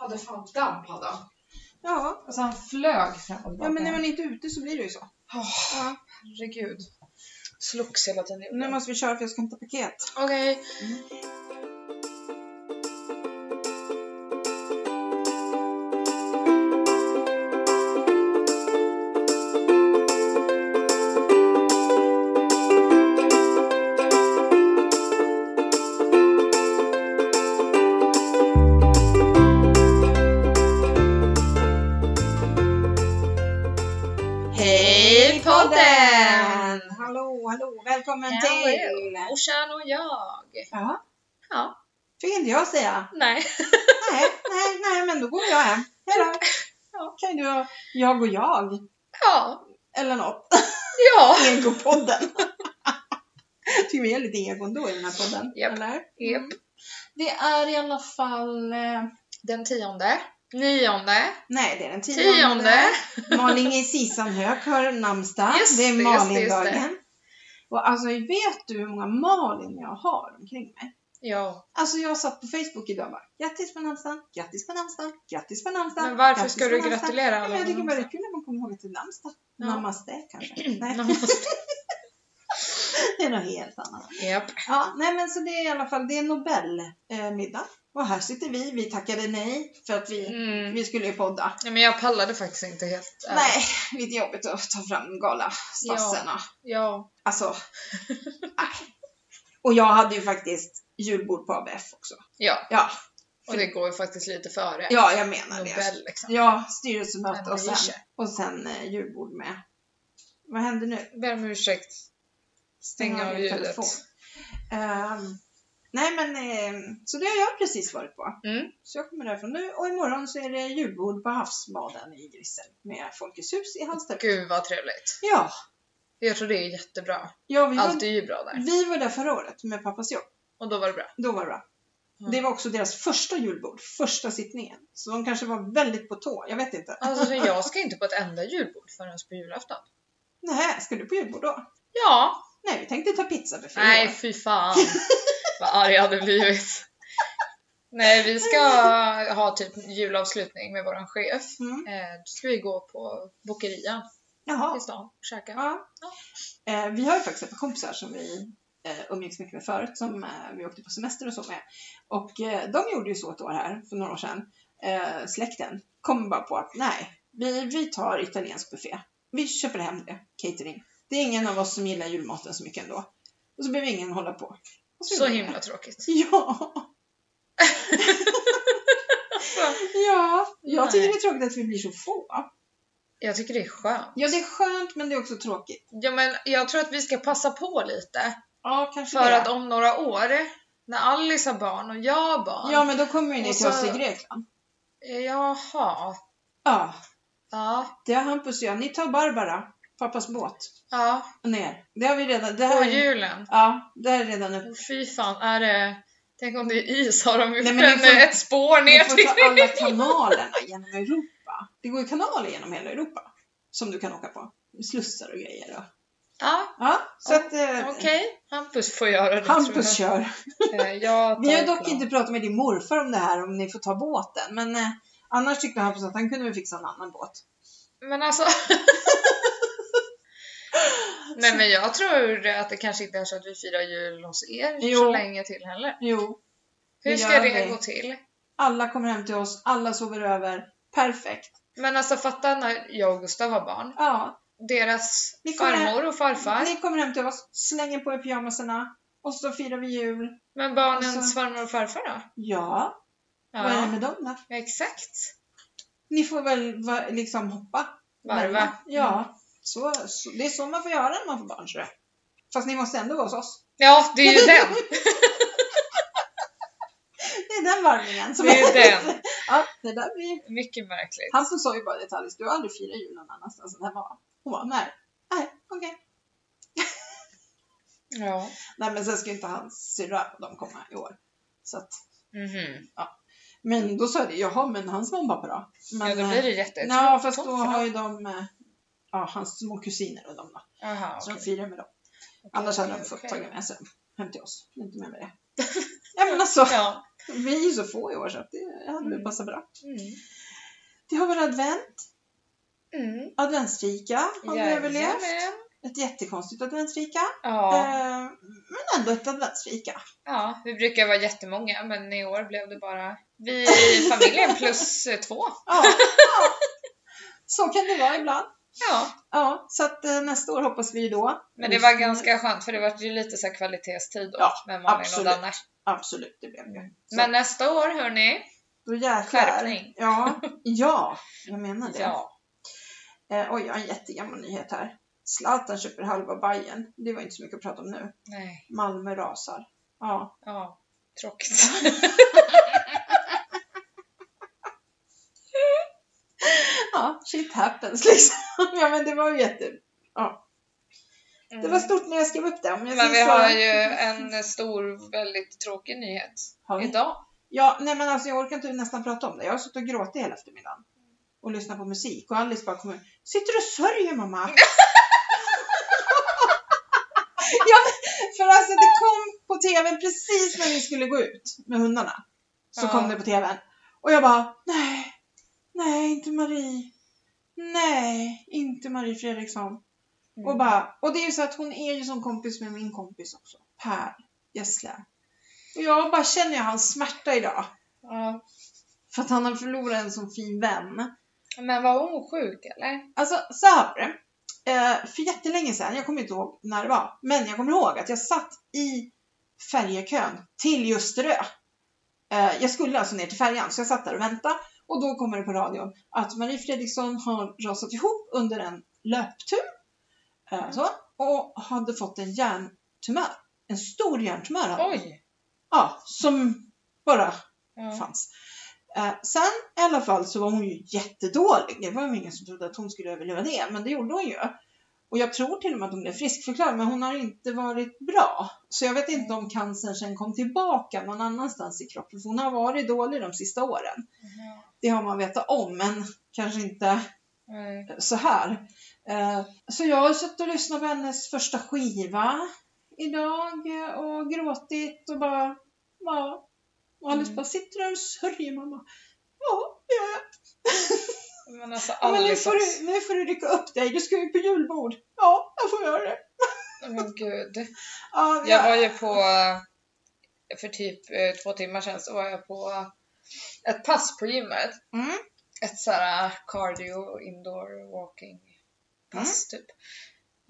hade fan damp hade han. Ja, Alltså han flög fram och ja men när man inte är ute så blir det ju så. Ja. Herregud. Slogs hela tiden. Nu måste vi köra för jag ska hämta paket. Okej. Hej podden! Hallå, hallå, välkommen Hallå. till! Morsan och jag. Ja, Ja, fick inte jag säga. nej. Nej, nej, nej, men då går jag hem. Hejdå! Ja. Kan ju du, jag och jag, Ja, eller något. ja. Egopodden. Tycker vi är lite egon då i den här podden. Japp. Eller? Japp. Mm. Det är i alla fall... eh, Den tionde. Nionde. Nej, det är den tionde. Tionde. Malin i Sisanhög har namnsdag. Just Det är det, just det, just Malindagen. Och alltså, vet du hur många Malin jag har omkring mig? Ja, Alltså jag satt på Facebook idag och bara grattis på namnsdagen, grattis på namnsdagen, grattis på namnsdagen. men varför grattis ska på du namnsdagen." gratulera Nej, alla? men jag tycker bara det namnsdag? är kul när man kommer ihåg att det är namnsdag. Ja. Namaste kanske. Nej, Namaste. det är något helt annat. Japp. Ja, nej men så det är i alla fall, det är Nobelmiddag. Och här sitter vi, vi tackade nej för att vi, Mm. vi skulle ju podda. Nej, men jag pallade faktiskt inte helt. ärligt. Nej, lite jobbigt att ta fram galastassen. och- Ja. Alltså, nej. Och jag hade ju faktiskt julbord på ABF också. Ja, Ja, och det går ju faktiskt lite före. ja jag menar det. Nobel liksom. Ja, Men styrelsemöte det är och sen, kört. och sen eh, julbord med. Vad händer nu? Ber om ursäkt. Stäng Ja, av min ljudet. telefon. Ehm, nej men, eh, så det har jag precis varit på. Mm. Så jag kommer därifrån nu och imorgon så är det julbord på Havsbaden i Grissel med Folkets hus i Hallstavik. Gud vad trevligt. Ja, Jag tror det är jättebra. ja vi, Allt var, är ju bra där. vi var där förra året med pappas jobb. Och då var det bra. Då var det bra. Mm. Det var också deras första julbord, första sittningen. Så de kanske var väldigt på tå, jag vet inte. Alltså jag ska inte på ett enda julbord förrän på julafton. Nej, ska du på julbord då? Ja, Nej, vi tänkte ta pizzabuffé. Nej fy fan vad arg jag hade blivit. Nej vi ska ha typ julavslutning med våran chef. Mm. Eh, Då ska vi gå på Bokerian Jaha. i stan och käka. Ja. Eh, vi har ju faktiskt ett par kompisar som vi eh, umgicks mycket med förut, som eh, vi åkte på semester och så med. Och eh, de gjorde ju så ett år här, för några år sedan. Eh, släkten kom bara på att nej, vi, vi tar italiensk buffé. Vi köper hem det, catering. Det är ingen av oss som gillar julmaten så mycket ändå. Och så behöver ingen hålla på. Och Så gjorde vi himla tråkigt. det. Ja! ja, jag tycker det Nej. är tråkigt att vi blir så få. Jag tycker det är skönt. Ja, det är skönt men det är också tråkigt. Ja, men jag tror att vi ska passa på lite. Ja, kanske För det. att om några år, när Alice har barn och jag har barn. Ja, men då kommer ju ni Och till så- oss i Grekland. eh, Jaha. Ja, Ja. det har Hampus och jag. Ni tar Barbara, pappas båt, Ja. och ner. Det har vi redan. Det På här, julen. ja, det här är redan uppe. Fy fan, är det... Tänk om det är is, har de gjort Nej, men ni en, får- ett spår Vi ner får till... ta alla kanalerna genom Europa. Det går ju kanaler genom hela Europa som du kan åka på. Slussar och grejer. Och. Ja, Ja, så att eh, okej. Hampus får göra det tror Hampus kör. jag. Eh, jag Vi har tar dock plan. inte pratat med din morfar om det här, om ni får ta båten. Men eh, annars tyckte Hampus att han kunde väl fixa en annan båt. Men alltså... Nej men jag tror att det kanske inte är så att vi firar jul hos er Jo. så länge till heller. Jo, Hur Det ska gör det vi. gå till? alla kommer hem till oss, alla sover över. Perfekt. Men alltså fatta när jag och Gustav var barn. Ja, Deras Vi kommer- farmor och farfar. Ni kommer hem till oss, slänger på er pyjamaserna och så firar vi jul. Men barnens Alltså- farmor och farfar då? Ja, vad är det Ja, med dem då? exakt. Ni får väl va, liksom hoppa. Varva. mellan. Ja, så, så, det är så man får göra när man får barn tror jag. Fast ni måste ändå vara hos oss. Ja, det är ju den. Det är den varvningen som Det är den. Ja, det där blir... Mycket märkligt. Han som sa ju bara det till Alice, du har aldrig firat jul någon annanstans än hemma va? Hon bara, nej. Nej, okej. Ja. Nej men sen ska ju inte hans syrra och de komma i år. Så att, Mhm. men då sa jag det, jaha men hans mamma pappa då? Men, ja, då eh, blir det jätte... Ja, fast då Toppen. har ju de, eh, ja, hans små kusiner och de då. Aha, Så de okej. firar med dem. Annars hade de okej, fått okej. tagit med sig dem hem till oss. Inte med mig det. ja men alltså, Ja. Vi är ju så få i år så att det hade väl Mm. passat bra. Mm. Det har varit advent. Mm. Adventsfika har vi Jajamän. överlevt. Ett jättekonstigt adventsfika. Ja. Eh, men ändå ett adventsfika. ja, vi brukar vara jättemånga men i år blev det bara vi i familjen plus eh, två. Ja, ja. Så kan det vara ibland. Ja, Ja, så att eh, nästa år hoppas vi ju då. men det var ganska skönt för det var ju lite så här kvalitetstid Mm. Ja, åt med Malin och absolut. Danne. Absolut, det blev det. Så. Men nästa år hörni, Då jäklar. skärpning. Ja, ja, jag menar det. Ja. Eh, oj, jag har en jättegammal nyhet här. Zlatan köper halva Bayern. Det var inte så mycket att prata om nu. Nej. Malmö rasar. Ja. Ja. Tråkigt. ja, shit happens liksom. ja, men det var ju jätte... Det var stort när jag skrev upp det. Om jag Mm. Men vi säger så. har ju en stor, väldigt tråkig nyhet Har vi? idag. Ja, nej men alltså jag orkar inte nästan prata om det. Jag har suttit och gråtit hela eftermiddagen. Och lyssnat på musik. Och Alice bara kommer. Sitter du och sörjer mamma? ja, men för alltså det kom på tvn precis när vi skulle gå ut med hundarna. Så Ja. kom det på tvn. Och jag bara, nej, nej inte Marie. Nej, inte Marie Fredriksson. Mm. Och, bara, och det är ju så att hon är ju som kompis med min kompis också. Per Gessle. Och jag bara känner jag hans smärta idag. Ja. För att han har förlorat en sån fin vän. Men var hon sjuk eller? Alltså så här var det. Eh, för jättelänge sedan, jag kommer inte ihåg när det var, men jag kommer ihåg att jag satt i färjekön till Ljusterö. Eh, jag skulle alltså ner till färjan, så jag satt där och väntade. Och då kommer det på radion att Marie Fredriksson har rasat ihop under en löptur. Eh, så, och hade fått en hjärntumör. En stor hjärntumör. hade hon. Oj! Ja, som bara Ja. fanns. Eh, sen i alla fall så var hon ju jättedålig. Det var ju ingen som trodde att hon skulle överleva det, men det gjorde hon ju. Och jag tror till och med att hon blev friskförklarad, men hon har inte varit bra. Så jag vet inte om cancern sen kom tillbaka någon annanstans i kroppen, för hon har varit dålig de sista åren. Ja. Det har man vetat om, men kanske inte Nej. så här. Eh, Så jag har suttit och lyssnat på hennes första skiva idag eh, och gråtit och bara, ja. Och Alice Mm. bara, sitter där och sörjer mamma. Ja, det gör jag. Men alltså Ja, Men nu, Alice får också. du, nu får du rycka upp dig, du ska ju på julbord. Ja, jag får göra det. Men gud. Ja, Jag var ju på, för typ eh, två timmar sedan så var jag på ett pass på gymmet. Mm. Ett så här eh, cardio indoor walking pass Mm. typ.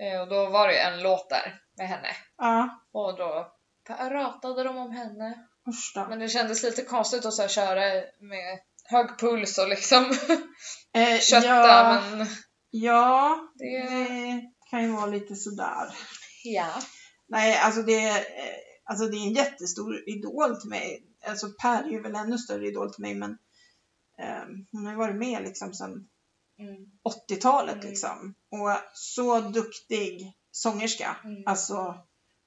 Eh, Och då var det ju en låt där med henne. Ja, Och då pratade de om henne usch då. Men det kändes lite konstigt att så här köra med hög puls och liksom Eh, kötta ja, men... ja, Det- det kan ju vara lite sådär. Ja. Nej, alltså det, är, eh, alltså det är en jättestor idol till mig. Alltså Per är ju väl ännu större idol till mig, men eh, hon har ju varit med liksom sedan Mm. 80-talet Mm. liksom. Och så duktig sångerska. Mm. Alltså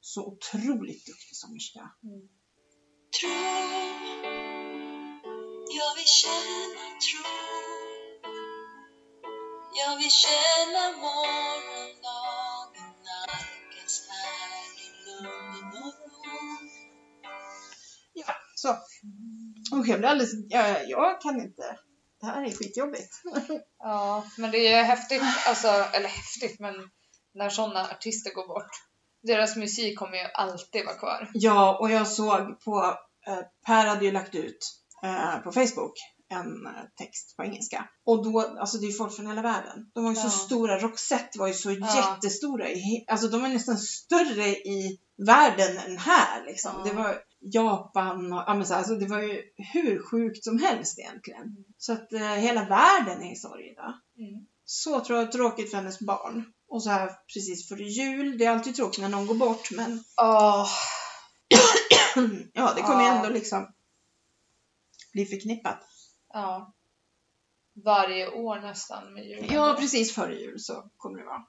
så otroligt duktig sångerska. Mm. Tro, jag vill känna tro. Jag vill känna morgondagen nalkas här i lugn och ro. Så. Usch, jag blir alldeles... Jag, jag kan inte. Det här är skitjobbigt. ja, men det är ju häftigt, alltså, eller häftigt, men när sådana artister går bort. Deras musik kommer ju alltid vara kvar. Ja, och jag såg på, eh, Per hade ju lagt ut eh, på Facebook en eh, text på engelska. Och då, alltså det är ju folk från hela världen. De var ju Ja. så stora, Roxette var ju så Ja. jättestora. I, he- alltså de var nästan större i världen än här liksom. Ja. Det var Japan och, ja men så, här, alltså det var ju hur sjukt som helst egentligen. Mm. Så att eh, hela världen är i sorg idag. Mm. Så trå- tråkigt för hennes barn. Och så här precis före jul, det är alltid tråkigt när någon går bort men Ja, det kommer ju Ja. ändå liksom bli förknippat. ja. Varje år nästan med julen. Ja, precis före jul så kommer det vara.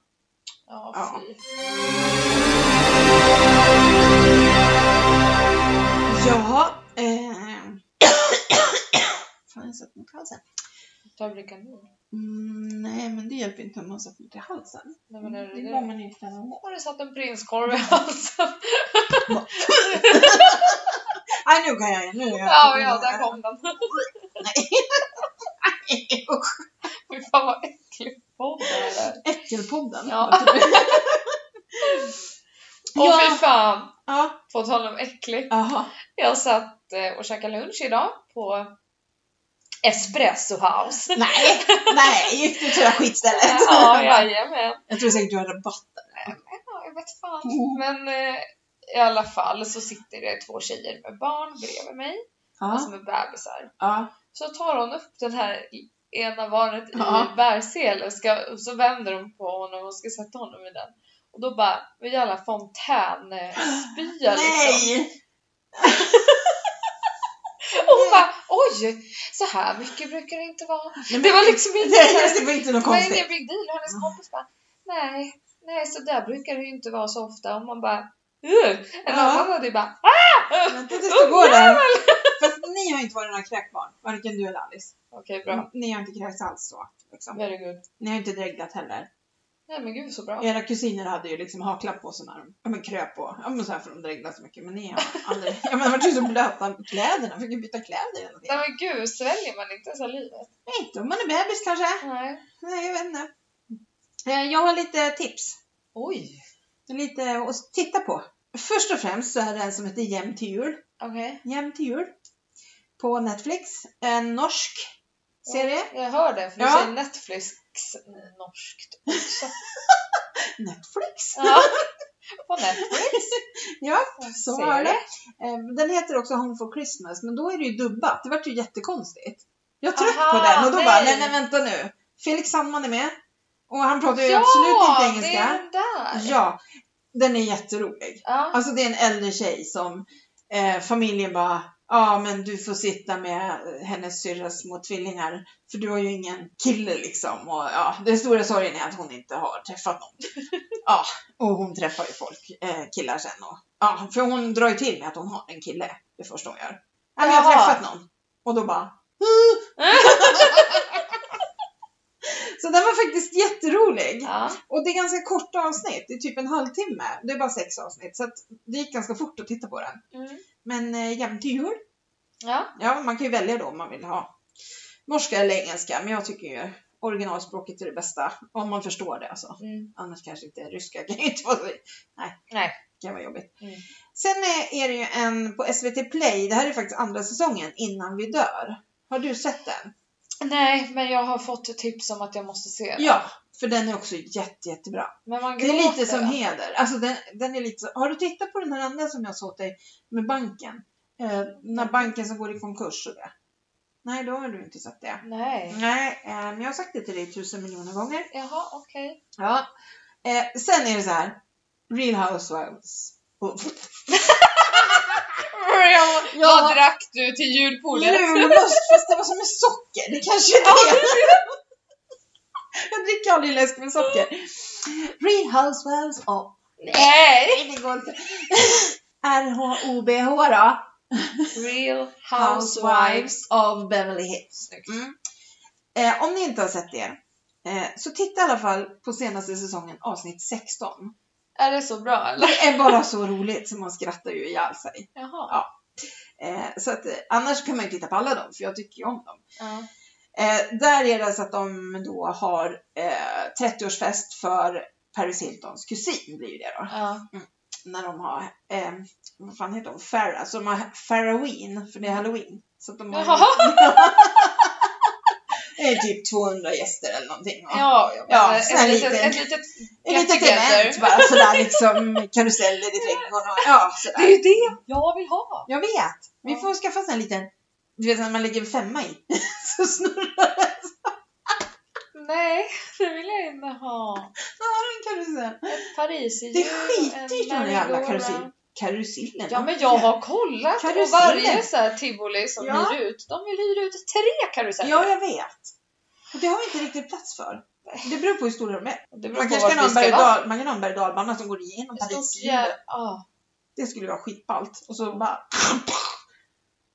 Ja, Ja. fy. Ja, eh... Fan, jag satt mig i halsen. Ta Brickanin. Mm, nej, men det hjälper inte om man satt något i halsen. Nej, men är det Mm, det Mm. var det? man inte Har du satt en prinskorv i halsen? Nej, nu går jag igen. Nu går jag Ja, ja, där kom den. Nej, usch. Fy fan vad äcklig podd det här är. Äckelpodden. Ja. Åh Ja. fy fan! Ja. På tal om äcklig. Jaha. Jag satt eh, och käkade lunch idag på Espresso House. Nej, nej, gick du till det där skitstället? ja, jajamän. Jag tror säkert du har rabatt. Ja, jag vet fan. Mm. Men eh, i alla fall så sitter det två tjejer med barn bredvid mig, Ja, som är bebisar. ja. Så tar hon upp den här ena barnet i Ja. bärsel och, ska, och så vänder hon på honom och ska sätta honom i den. Och då bara, vad jävla fontänspya liksom. Nej! Och hon bara, oj! Så här mycket brukar det inte vara. Nej, Det var liksom inte så Nej, här- det var inte något Det var ingen konstigt. big deal. Och hennes kompis bara, nej, nej så där brukar det ju inte vara så ofta. Och man bara, Ugh. En Ja. annan hade ju bara, Vänta tills du går där. Fast ni har inte varit några kräkbarn, varken du eller Alice. Okej, bra. Ni har inte kräkts alls så. Liksom. Very good. Ni har inte dreglat heller. Nej men gud så bra. Era kusiner hade ju liksom haklapp på sig när de ja, men kröp på. Ja men så här för de dreglade så mycket. Men ni har aldrig... Ja men de vart ju så blöta på kläderna. Fick ju byta kläder hela Nej tiden. men gud, sväljer man inte salivet? Nej, inte om man är bebis kanske. Nej. Nej, jag vet inte. Eh, Jag har lite tips. Oj. Lite att titta på. Först och främst så är det en som heter Jäm till jul. Okej. Jäm till jul. På Netflix. En norsk serie. Jag hör det, för du Ja. säger Netflix norskt också. Netflix! Ja. På Netflix. Ja, Jag så ser var det. Eh, Den heter också Home for Christmas, men då är det ju dubbat. Det vart ju jättekonstigt. Jag tryckte Aha, på den och då nej. bara, nej nej vänta nu. Felix Sandman är med. Och han pratar ju Ja, absolut inte engelska. det är den där. Ja, den är jätterolig. Ja. Alltså det är en äldre tjej som eh, familjen bara, ja men du får sitta med hennes syrras små tvillingar för du har ju ingen kille liksom. Och ja, den stora sorgen är att hon inte har träffat någon. ja, och hon träffar ju folk, eh, killar sen och ja, för hon drar ju till med att hon har en kille. Det första hon gör. Ja, men jag har Jaha. träffat någon. Och då bara, så den var faktiskt jätterolig. ja. Och det är ganska korta avsnitt, det är typ en halvtimme. Det är bara sex avsnitt, så att det gick ganska fort att titta på den. Mm. Men eh, jämt till jul. Ja. Ja, man kan ju välja då om man vill ha norska eller engelska. Men jag tycker ju originalspråket är det bästa. Om man förstår det alltså. Mm. Annars kanske inte ryska kan ju inte vara så... Nej. Nej. Det kan vara jobbigt. Mm. Sen är- är det ju en på SVT Play. Det här är faktiskt andra säsongen, Innan vi dör. Har du sett den? Nej, men jag har fått ett tips om att jag måste se den. Ja. För den är också jätte, jättebra. Men man Det är gråter. lite som heder. Alltså den, den är lite så... Har du tittat på den här andra som jag såg åt dig med banken? Eh, när banken som går i konkurs och det. Nej, då har du inte sett det. Nej. Nej, eh, men jag har sagt det till dig tusen miljoner gånger. Jaha, okej. Ja. Eh, sen är det så här. Real Housewives. Oh. Ja. Vad drack du till julpoolen? Julmust, fast det var som med socker. Det kanske är det. jag dricker aldrig läsk med socker. Real Housewives och... Nej! Nej, det går inte. RHOBH då. Real Housewives. Housewives of Beverly Hills. Snyggt. Mm. Eh, om ni inte har sett det, eh, så titta i alla fall på senaste säsongen, avsnitt 16. Är det så bra eller? Det är bara så roligt så man skrattar ju ihjäl sig. Jaha. Eh, så att, eh, annars kan man ju titta på alla dem, för jag tycker ju om dem. Ja. Eh, där är det så att de då har eh, 30-årsfest för Paris Hiltons kusin blir ju det då. ja. När de har, eh, vad fan heter de, Farah, så de har Farroween, för det är halloween. Så att de har Jaha. det är typ 200 gäster eller någonting. va? Ja, Ja, ja, sån här ett, litet, liten- ett litet... Ett litet Together. event bara sådär liksom, karuseller i trädgården och ja Det är sådär. ju det jag vill ha! Jag vet! Vi Ja. får skaffa en sån här liten, du vet när man lägger en femma i. Så snurrar Nej, det vill jag inte ha. en karusell. Ett Paris i Det är jul, en skitdyrt med de jävla merry-go-round. karusell. Karusellerna. Ja men jag har kollat och Karuseller. varje så här tivoli som Ja. hyr ut, de vill hyra ut tre karuseller. Ja, jag vet. Och det har vi inte riktigt plats för. Det beror på hur stora de är. Det beror Man på kanske kan ha vart vi en berg- ska och vara. dal- man kan ha en berg och dalbana som går igenom Ett Paris. stort jä- ja. Det skulle vara skitballt. Och så bara...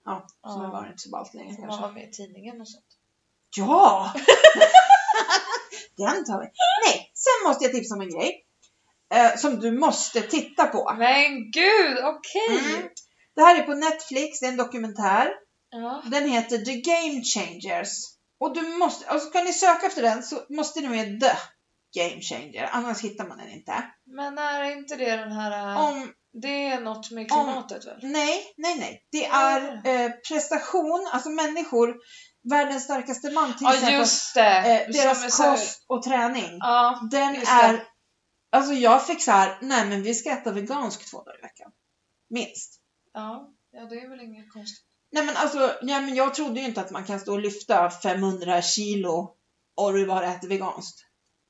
Ja, så Ja. var det inte så ballt längre Får kanske. man vara med i tidningen och sånt. Ja! Den tar vi. Nej, sen måste jag tipsa om en Ah. grej. Eh, som du måste titta på. Men gud, okej! Mm. Det Det här är på Netflix, det är en dokumentär. Ja. Den heter The Game Changers. Och du måste, alltså ska ni söka efter den så måste ni med The Game Changer, annars hittar man den inte. Men är inte det den här... eh, Om, Det är något med om- klimatet väl? nej, nej, nej. Det är eh, prestation, alltså människor, världens starkaste man till Ja exempel. just det! eh, Som deras är så- kost och träning. Ja, Den just det. är, alltså jag fick så här, nej men vi ska äta veganskt två dagar i veckan. Minst. ja, ja, det är väl inget konstigt. Nej men alltså, ja, men jag trodde ju inte att man kan stå och lyfta 500 kilo och du bara äter veganskt.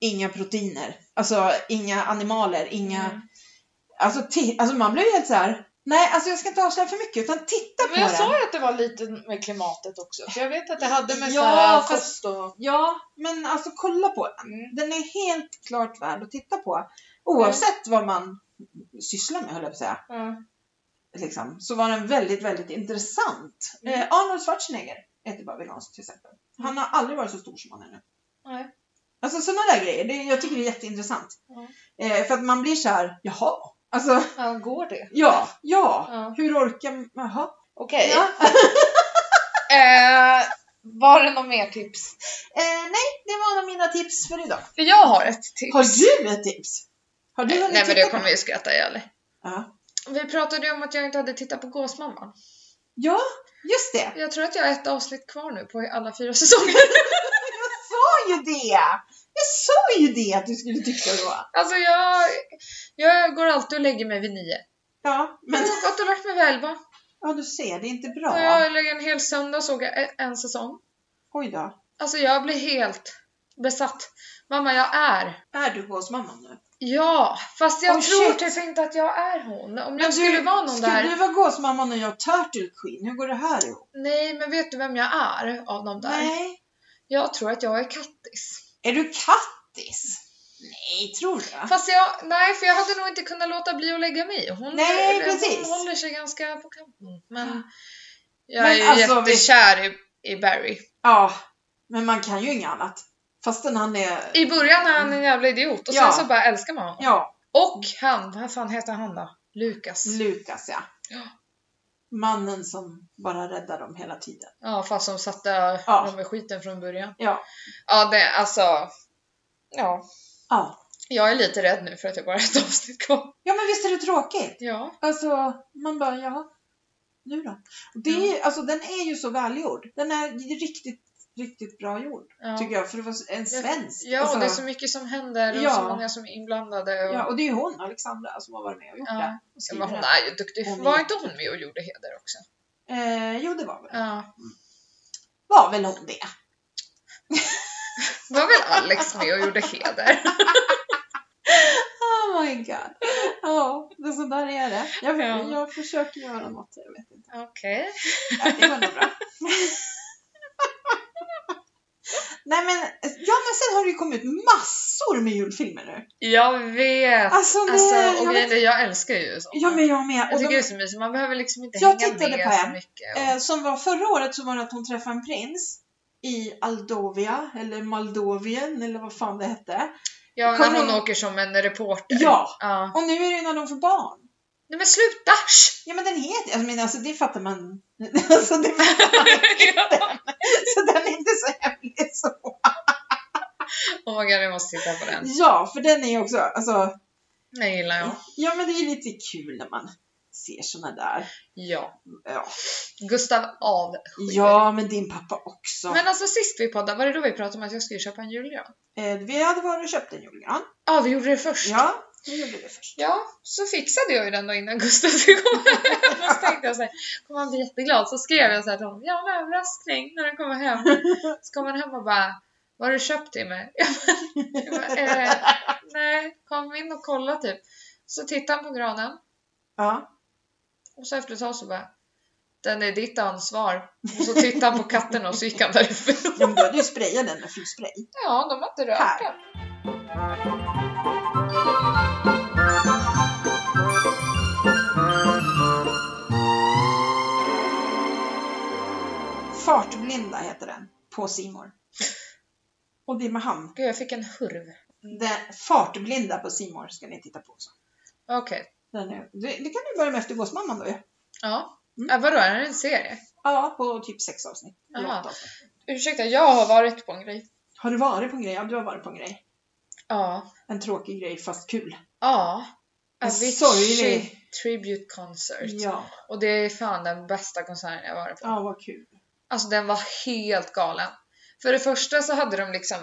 Inga proteiner, alltså inga animaler, inga... Mm. Alltså, ti- alltså man blev ju helt så här. nej alltså jag ska inte avslöja för mycket utan titta på Men jag den. sa ju att det var lite med klimatet också. För jag vet att det hade med Ja, så här fast- kost och... Ja, men alltså kolla på den. Mm. Den är helt klart värd att titta på. Oavsett vad man sysslar med höll jag på att säga. Ja. liksom, så var den väldigt, väldigt intressant. Mm. Eh, Arnold Schwarzenegger äter bara veganskt till exempel. Han har aldrig varit så stor som han är nu. Nej. Alltså sådana där grejer, det, jag tycker det är jätteintressant. Ja. Eh, för att man blir så här, jaha, alltså Ja, går det? ja, ja, Ja. hur orkar man, jaha. Okej. Ja. Eh, var det något mer tips? Eh, nej, det var nog mina tips för idag. För jag har ett tips. Eh, Har du ett tips? Har du Nej hunnit men titta det på kommer jag ju skratta ihjäl Ja. Vi pratade ju om att jag inte hade tittat på Gåsmamman. Ja, just det. Jag tror att jag har ett avsnitt kvar nu på alla fyra säsonger. Jag sa ju det! Jag sa ju det att du skulle tycka det var. Alltså jag, jag går alltid och lägger mig vid nio. Ja, Men men jag har gått och lagt mig vid elva. ja, du ser, det är inte Så bra. jag lägger en hel söndag och såg jag e- en säsong. Oj då. Alltså jag blir helt besatt. Mamma, jag är. Är du hos mamma nu? Ja, fast jag Oh, tror shit. typ inte att jag är hon. Om Men jag skulle vara någon Skulle där. du vara gåsmamma när jag Turtle Queen? Hur går det här ihop? Nej, men vet du vem jag är av dem där? Nej. Jag tror att jag är Kattis. Är du kattis? Nej, tror du? Fast jag, nej för jag hade nog inte kunnat låta bli att lägga mig i. Hon, Nej, eller, precis. hon håller sig ganska på kanten. Ja. Men jag Men är ju alltså, vi- jättekär i, i Barry. Ja, men man kan ju inget annat. Fastän han är... I början är han en jävla idiot och Mm. Ja. sen så bara älskar man honom. Ja, Och han, vad fan heter han då? Lukas. Lukas ja. Ja. Mannen som bara räddar dem hela tiden. Ja, fast som satte Ja. dem i skiten från början. Ja. Ja, det, alltså. Ja, Ja. jag är lite rädd nu för att jag bara har ett avsnitt kvar. Ja, men visst är det tråkigt? Ja. Alltså, man bara, jaha, nu då? Och Det är, ju- Alltså, den är ju så välgjord. Den är riktigt, riktigt bra gjord, ja. tycker jag. För det var en svensk. Ja, alltså, och det är så mycket som händer och Ja. så många som är inblandade. Och, Ja, ja, och det är ju hon, Alexandra, som har varit med och gjort Ja. det. Och skrivit men hon det. är ju duktig. Hon är var jätte- inte hon med och gjorde Heder också? Eh, jo, det var väl, Ja. var väl hon det. Var väl Alex med och gjorde Heder? Oh my god. Ja, det så där är det. Jag, vet, Ja. jag försöker göra något, jag vet inte. Okej. Ja, det går nog bra. Nej men, ja men sen har det ju kommit ut massor med julfilmer nu. Jag vet! Alltså, nej, Alltså, jag, och vet, grejen är, jag älskar ju sånt. ja, men jag med. Jag Och tycker de, det är så mysigt, man behöver liksom inte Jag hänga tittade med på så en. mycket. Och, eh, som var förra året så var det att hon träffade en prins i Aldovia, eller Maldovien, eller vad fan det hette. ja, när kommer hon hon- åker som en reporter. Ja, ja. och nu är det ju när de får barn. Nej men sluta! Shh! Ja men den heter, jag menar, alltså det fattar man. Alltså det fattar man. Så den är inte så hemlig så. oh my god, jag måste titta på den. Ja, för den är ju också, alltså. Den gillar jag. Ja men det är ju lite kul när man ser såna där. Ja. Ja, Gustav av. ja men din pappa också. Men alltså sist vi poddade, var det då vi pratade om att jag skulle köpa en julgran? Eh, vi hade varit och köpt en julgran. Ja, vi gjorde det först. Ja, vi gjorde det först. Ja, så fixade jag ju den då innan Gustav skulle komma hem. Och så tänkte jag så här, kommer han bli jätteglad? Så skrev jag så här till honom, jag har en överraskning när han kommer hem. Så kommer han hem och bara, vad har du köpt till mig? Jag bara, jag bara, eh, nej, kom in och kolla typ. Så tittar han på granen Ja. och så efter ett tag så bara, den är ditt ansvar. Och så tittade han på katterna och så gick han därifrån. ja men du hade ju sprayat den med flygspray. Ja, de har inte rört Här. den. Fartblinda heter den. På Simor. Och det är med ham. Gud, jag fick en hurv. Den, fartblinda på Simor ska ni titta på också. Okej, Den är, det, det kan du börja med efter Gåsmamman då ju. ja. Äh, vadå, är det en serie? Ja, på typ sex avsnitt. eller Jaha. åtta avsnitt. Ursäkta, jag har varit på en grej. Har du varit på en grej? Ja, du har varit på en grej. Ja. En tråkig grej fast kul. Ja. En Avicii sorglig- Tribute Concert. Ja, Och det är fan den bästa konserten jag varit på. ja vad kul. Alltså den var helt galen. För det första så hade de liksom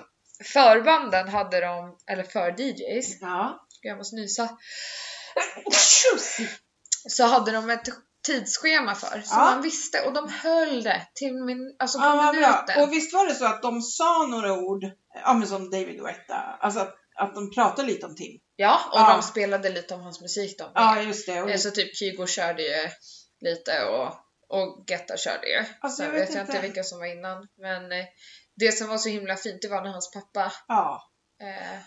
Förbanden hade de, eller för DJs, Ja. Gud, jag måste nysa, Tjus! så hade de ett tidsschema för som Ja. man visste och de höll det till min, alltså på Ja, vad bra. minuten. Och visst var det så att de sa några ord, ja men som David Guetta, alltså att, att de pratade lite om Tim. Ja, och Ja. de spelade lite om hans musik de Ja, just det. Och, Eh, Så typ Kygo körde ju lite och, och Getta körde ju. Alltså, så jag jag vet vet jag inte inte. vilka som var innan. Men eh, det som var så himla fint det var när hans pappa ja. eh,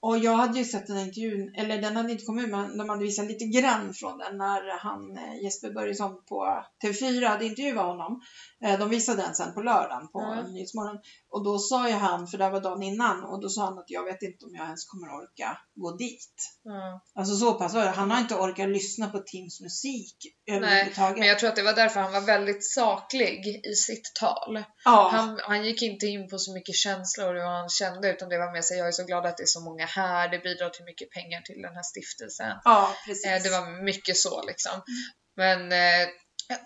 Och jag hade ju sett den här intervjun, eller den hade inte kommit ut, men de hade visat lite grann från den när han eh, Jesper Börjesson på TV4 hade intervjuat honom. Eh, De visade den sen på lördagen på Mm. Nyhetsmorgon. Och då sa ju han, för det här var dagen innan, och då sa han att jag vet inte om jag ens kommer orka gå dit. ja. Alltså så pass var det. Han har inte orkat lyssna på Tims musik överhuvudtaget. Men jag tror att det var därför han var väldigt saklig i sitt tal. ja. Han, han gick inte in på så mycket känslor och vad han kände utan det var mer så jag är så glad att det är så många här, det bidrar till mycket pengar till den här stiftelsen. ja, precis. Eh, Det var mycket så liksom. Mm. Men eh,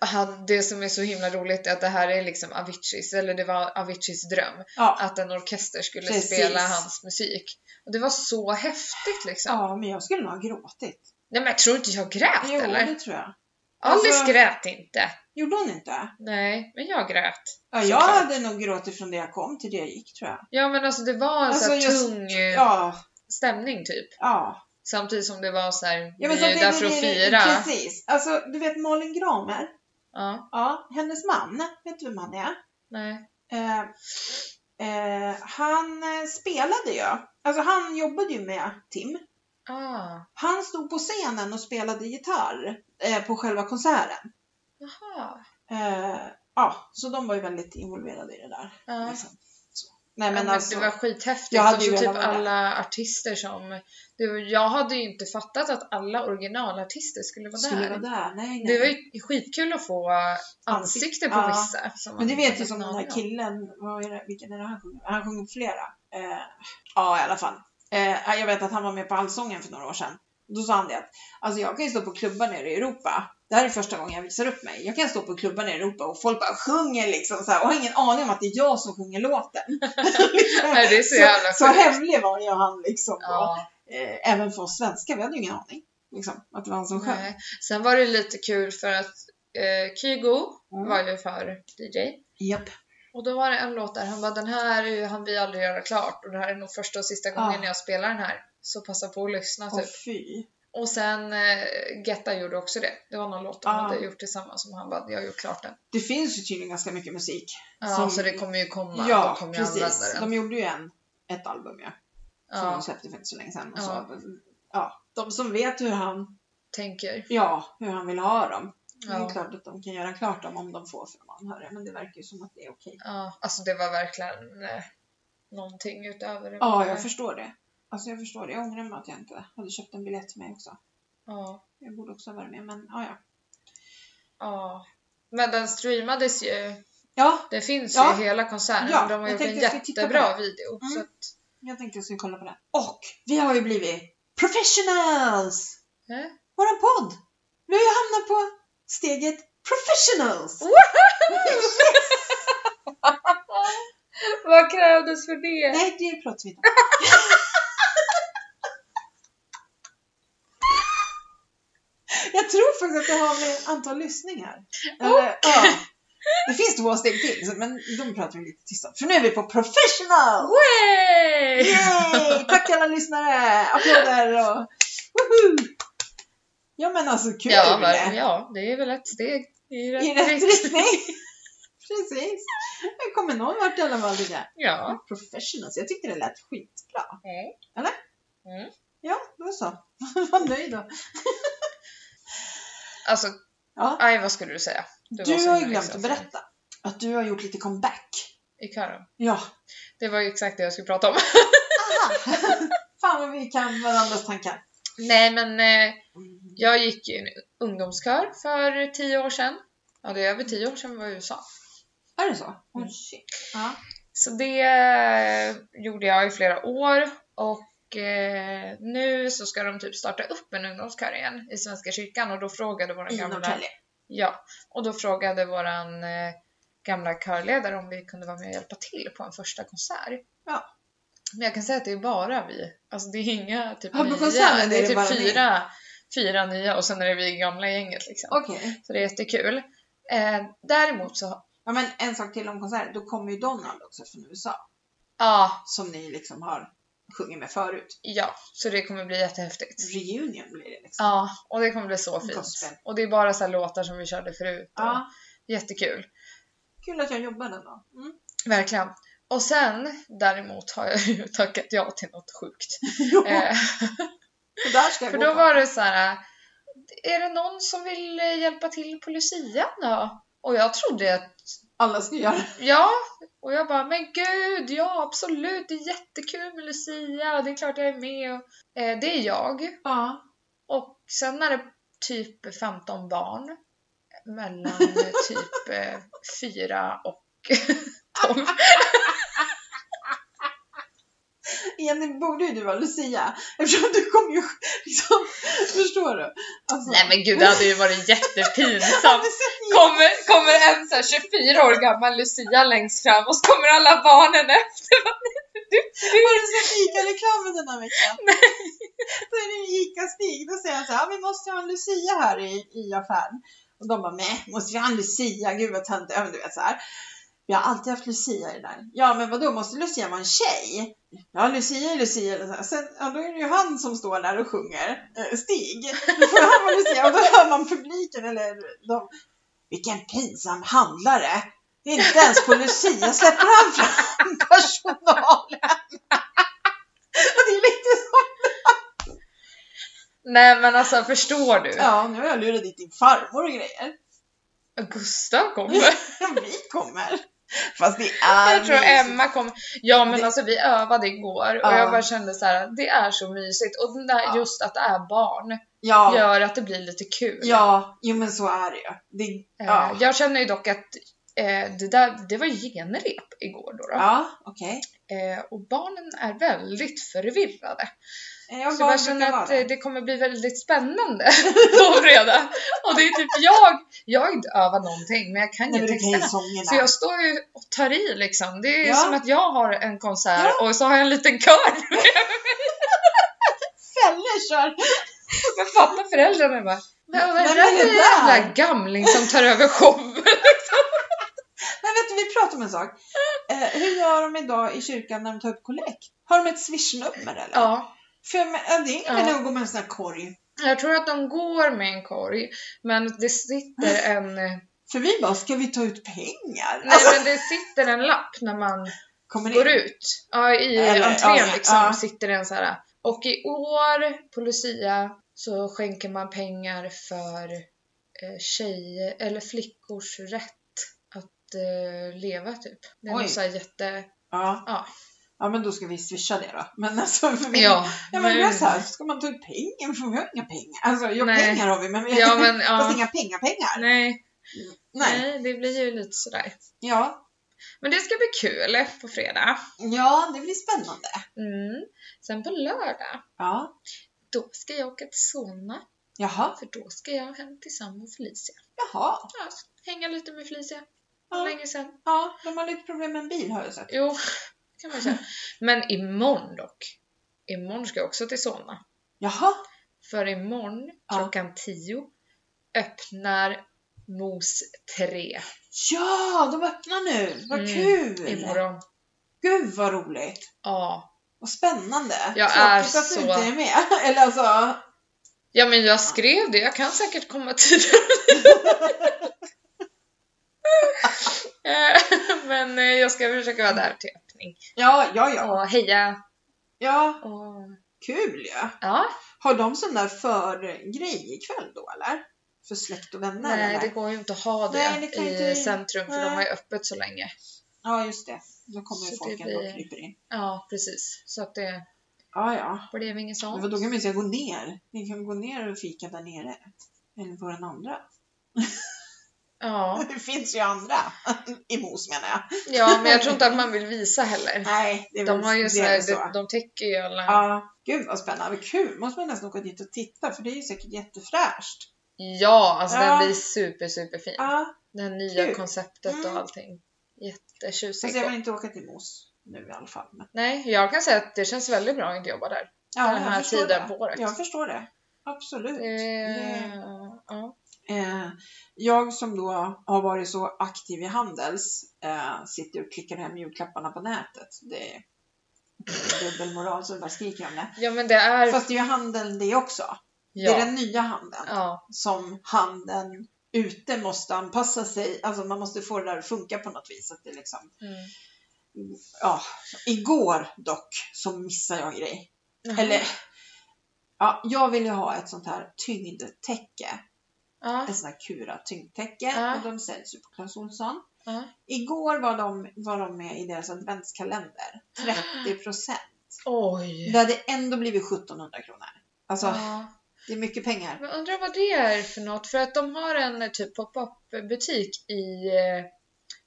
han, det som är så himla roligt är att det här är liksom Aviciis, eller det var Aviciis dröm. ja. Att en orkester skulle Precis. spela hans musik. Och det var så häftigt liksom. ja, men jag skulle nog ha gråtit. Nej men tror du inte jag grät Jo, eller? det tror jag. Alice alltså- grät inte. Gjorde hon inte? Nej, men jag grät. Ja, jag hade nog gråtit från det jag kom till det jag gick tror jag. Ja men alltså det var en Alltså, så här just- tung eh, Ja, stämning typ. ja. Samtidigt som det var så här, ja vi är där för att fira. Precis. Alltså, du vet Malin Gramer, Ja, ja, hennes man, vet du vem han är? nej. Eh, eh, han eh, spelade ju, alltså han jobbade ju med Tim. Ah, Han stod på scenen och spelade gitarr eh, på själva konserten. jaha. Eh, ja, så de var ju väldigt involverade i det där. Ja. Liksom. Så. Nej Ja, men men alltså, det var skithäftigt. jag hade och ju så typ velat vara med. alla artister som... Det var, jag hade ju inte fattat att alla originalartister skulle vara skulle där. vara där. Nej, nej. Det var ju skitkul att få ansikte på Ja. vissa. som Men man du inte vet ju fått som den någon där av. killen, vad är det, vilken är det han sjunger? Han sjunger flera. Eh, ja, i alla fall. Eh, jag vet att han var med på Allsången för några år sedan. Då sa han det att alltså jag kan ju stå på klubbar nere i Europa. Det här är första gången jag visar upp mig. Jag kan stå på klubbar nere i Europa och folk bara sjunger liksom så här, och har ingen aning om att det är jag som sjunger låten. Liksom. Nej, det är så jävla så sjukt. hemlig var ju han liksom. då. Ja, Eh, även för oss svenskar, vi hade ju ingen aning. Liksom, att det var han som sjöng. nej. Sen var det lite kul för att eh, Kygo Mm. var ju för DJ. Japp. Och då var det en låt där han bara den här är ju, han vi aldrig göra klart och det här är nog första och sista Ja. gången jag spelar den här. Så passa på att lyssna Åh typ. fy. Och sen eh, Getta gjorde också det. Det var någon låt de Ah. hade gjort tillsammans som han bara, jag har gjort klart den. Det finns ju tydligen ganska mycket musik Ja, Som- så det kommer ju komma. Ja, de kommer ju använda precis. den. De gjorde ju en, ett album ja, som de ja, släppte för inte så länge sedan. Och Ja. Så, ja, de som vet hur han, tänker. ja, hur han vill ha dem. Det är Ja, klart att de kan göra klart dem om de får från anhöriga. Men det verkar ju som att det är okej. ja, alltså det var verkligen eh, någonting utöver det. Ja, jag förstår det. Alltså jag förstår det. Jag ångrar mig att jag inte hade köpt en biljett till mig också. ja, Jag borde också ha varit med, men ja, ja. ja. Men den streamades ju. Ja, Det finns Ja. ju hela konserten. Ja, de har jag gjort en tänkte jag skulle titta på jättebra video. Mm. Så att, jag tänkte jag skulle kolla på den. Och vi har ju blivit professionals! eh? Våran podd! Vi har ju hamnat på steget professionals! Vad krävdes för det? Nej, det pratar vi inte om. Jag tror faktiskt att det har med antal lyssningar. Eller, ja. Det finns två steg till, så- men de pratar vi lite tyst om. För nu är vi på professional! Way! Yay! Tack alla lyssnare! Applåder och woho! Ja men alltså kul Ja, är men, det. ja, det är väl ett steg i rätt, I rätt riktning. riktning. Precis. Jag kommer någon vart i alla fall tycker jag. Ja. Professionals, jag tyckte det lät skitbra. Nej. Ja, då så. Vad nöjd då. Alltså, Ja. aj, vad skulle du säga? Du, var så har ju himla glömt extra att fin. berätta att du har gjort lite comeback. I kören. Ja, Det var ju exakt det jag skulle prata om. aha! Fan vad vi kan varandras tankar. Nej men eh, jag gick ju en ungdomskör för tio år sedan. Ja, det är över tio år sedan vi var i USA. Är det så? Oh, Mm. shit. Ja. Så det eh, gjorde jag i flera år och eh, nu så ska de typ starta upp en ungdomskör igen i Svenska kyrkan och då frågade våran I gamla... Norrtälje. Ja, och då frågade våran eh, gamla körledare om vi kunde vara med och hjälpa till på en första konsert. Ja. Men jag kan säga att det är bara vi. Alltså det är inga typ Ja, på nya. konserten det är är det bara typ vi. fyra, fyra nya och sen är det vi i gamla gänget liksom. Okej. Så det är jättekul. Eh, däremot så, Mm. Ja, men en sak till om konserter. Då kommer ju Donald också från USA. ja, Som ni liksom har sjungit med förut. ja, så det kommer bli jättehäftigt. Reunion blir det liksom. Ja, och det kommer bli så fint. Gospel. Och det är bara så här låtar som vi körde förut. Och Ja. Jättekul. Kul att jag jobbar den dagen. Mm. Verkligen. Och sen däremot har jag ju tackat ja till något sjukt. Ja, Eh, det där ska jag för gå då på. var det så här. eh, Är det någon som vill eh, hjälpa till på lucian då? Och jag trodde att Alla ska göra det. ja. Och jag bara, men gud, ja absolut, det är jättekul med lucia och det är klart jag är med. Och, eh, det är jag. Ja. Och sen är det typ 15 barn mellan typ eh, 4 och 12. Egentligen borde ju du vara Lucia. Eftersom du kommer ju liksom... Förstår du? Alltså, Nej men gud, det hade ju varit har jättepinsamt. ni sett Nina? Kommer, kommer en så här 24 år gammal Lucia längst fram och så kommer alla barnen efter. Har du sett ICA-reklamen den här veckan? Nej. Då är det en ICA-stig. Då säger han så här, "Ja, vi måste ha en Lucia här i, i affären. Och de bara, nej, måste vi ha en Lucia? Gud vad tönt. Ja, men du vet så här. Vi har alltid haft Lucia i det där. Ja, men vadå, måste Lucia vara en tjej? Ja, Lucia är Lucia. eller så här. Sen, ja, då är det ju han som står där och sjunger. Eh, Stig. Då får han vara Lucia. Och då hör man publiken, eller de, vilken pinsam handlare. Det är inte ens på Lucia släpper han fram personal. Ja, det är lite så. Nej men alltså förstår du? Ja, nu har jag lurat dit din farmor och grejer. Gustav kommer. Vi kommer. Fast det är Jag tror mysigt. Emma kommer. Ja men Det- alltså vi övade igår och Ja. jag bara kände så här, det är så mysigt. Och den där, Ja. just att det är barn Ja, ja. gör att det blir lite kul. jo men så är det ju. Det, Eh, ja, ja. Jag känner ju dock att eh, det, där, det var genrep igår då. då. okej. Eh, och barnen är väldigt förvirrade. Eh, Jag så jag bara känner att eh, det kommer bli väldigt spännande på fredag. Och det är typ jag, jag har inte övat någonting men jag kan Nej, ju men du kan ju texterna. sångerna. Så jag står ju och tar i liksom. Det är Ja. som att jag har en konsert och så har jag en liten kör. Fäller kör. Men fatta föräldrarna bara. Men vad Men är vad det är det för där?" jävla gamling som tar över showen? Men vet du, vi pratar om en sak. Eh, hur gör de idag i kyrkan när de tar upp kollekt? Har de ett swishnummer eller? Ja, För jag men- ja, det är inte Ja. nog att gå med en sån här korg. Jag tror att de går med en korg, men det sitter en, nej, För vi bara, ska vi ta ut pengar? men det sitter en lapp när man kommer går in. ut. Ja, I Eller, entrén ja, liksom ja. sitter en så här. Och i år på Lucia så skänker man pengar för eh, tjejer, eller flickors rätt att eh, leva typ. Det är Oj. något så här jätte... Ja. Ja. ja, men då ska vi swisha det då. Men alltså, för vi, Ja, Ja men det är så här, ska man ta ut pengar? För vi har inga pengar. Alltså, jo, Nej. pengar har vi men vi ja, men fast ja. inga pengar-pengar. Nej, Nej. nej, det blir ju lite sådär. Ja. Men det ska bli kul på fredag. ja, det blir spännande. Mm. Sen på lördag Ja. Då ska jag åka till Solna, Jaha, för då ska jag hem till Sam och Felicia. jaha. Ja, hänga lite med Felicia. Ja. Ja. Länge sedan. ja, de har lite problem med en bil har jag sett. Jo, det kan man säga. Men imorgon dock. Imorgon ska jag också till Solna. Jaha, För imorgon Ja. klockan 10 öppnar MOS 3 ja de öppnar nu. Vad Mm, kul! imorgon. Gud vad roligt. Ja. Och spännande. Jag Tråkigt är att så- du inte är med. Eller alltså, ja, men jag skrev det. Jag kan säkert komma tidigare. Eh, men eh, jag ska försöka vara där till öppning. ja, ja, ja. Och heja Ja, och kul ja. ja. Har de sån där förgrej ikväll då eller? För släkt och vänner? Nej, eller? det går ju inte att ha det, Nej, det kan i inte- centrum för nej. de har ju öppet så länge. Ja, just det. Då kommer ju Så folk det ändå blir- och kryper in. Ja, precis. Så att det Ja, ja. blev inget Men sånt. vadå, kan vi säga gå ner? Ni kan gå ner och fika där nere. Eller på den andra. Ja. Det finns ju andra i mos menar jag. ja, men jag tror inte att man vill visa heller. Nej, det är De väl- har ju det så är här, väl så. de, de täcker ju alla. Ja, gud vad spännande. Vad kul! Måste man nästan åka dit och titta för det är ju säkert jättefräscht. Ja, alltså Ja. den blir super, superfin. Ja, Det här nya Kul. konceptet och Mm. allting. Jättetjusigt. fast Alltså, jag vill inte åka till mos nu i alla fall. Men, Nej, jag kan säga att det känns väldigt bra att inte jobba där. ja, Den här jag förstår tiden det. på året. Jag förstår det. Absolut. Det, Det- Eh, ja. Eh, jag som då har varit så aktiv i Handels eh, sitter och klickar hem julklapparna på nätet. Det är dubbelmoral så det bara skriker om det. ja, men det är... Fast det är ju handeln det också. Det är ja. den nya handeln. ja, som handeln ute måste anpassa sig. Alltså man måste få det där att funka på något vis. Att det liksom, mm. ja. Igår dock så missade jag en grej. Mm. Eller, ja, jag ville ha ett sånt här tyngdtäcke. Ja. Ett sånt här kura tyngdtäcke. Ja. Och de säljs ju på Clas Ohlson. Ja. Igår var de, var de med i deras adventskalender. 30 procent. Oj! Det hade ändå blivit 1700 kronor. Alltså, Ja. det är mycket pengar. Men undrar vad det är för något, för att de har en eh, typ pop-up butik i eh,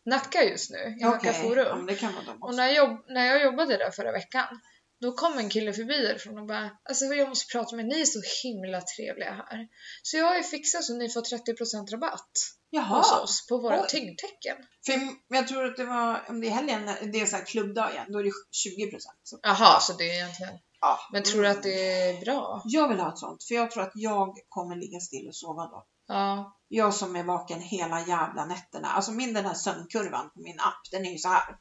Nacka just nu, i Nacka Okej, ja, Forum. men det kan vara de Och också. när jag, jobb- när jag jobbade där förra veckan, då kom en kille förbi därifrån och bara Alltså jag måste prata med er, ni är så himla trevliga här. Så jag har ju fixat så ni får 30% rabatt Jaha. hos oss på våra Oj. tyngdtecken. För jag- jag tror att det var, om det är helgen, när- det är så här klubbdag igen, då är det 20 procent. Jaha, så det är egentligen... Ja. Men tror du att det är bra? Jag vill ha ett sånt, för jag tror att jag kommer ligga still och sova då. Ja. Jag som är vaken hela jävla nätterna. Alltså min den här sömnkurvan på min app, den är ju så här.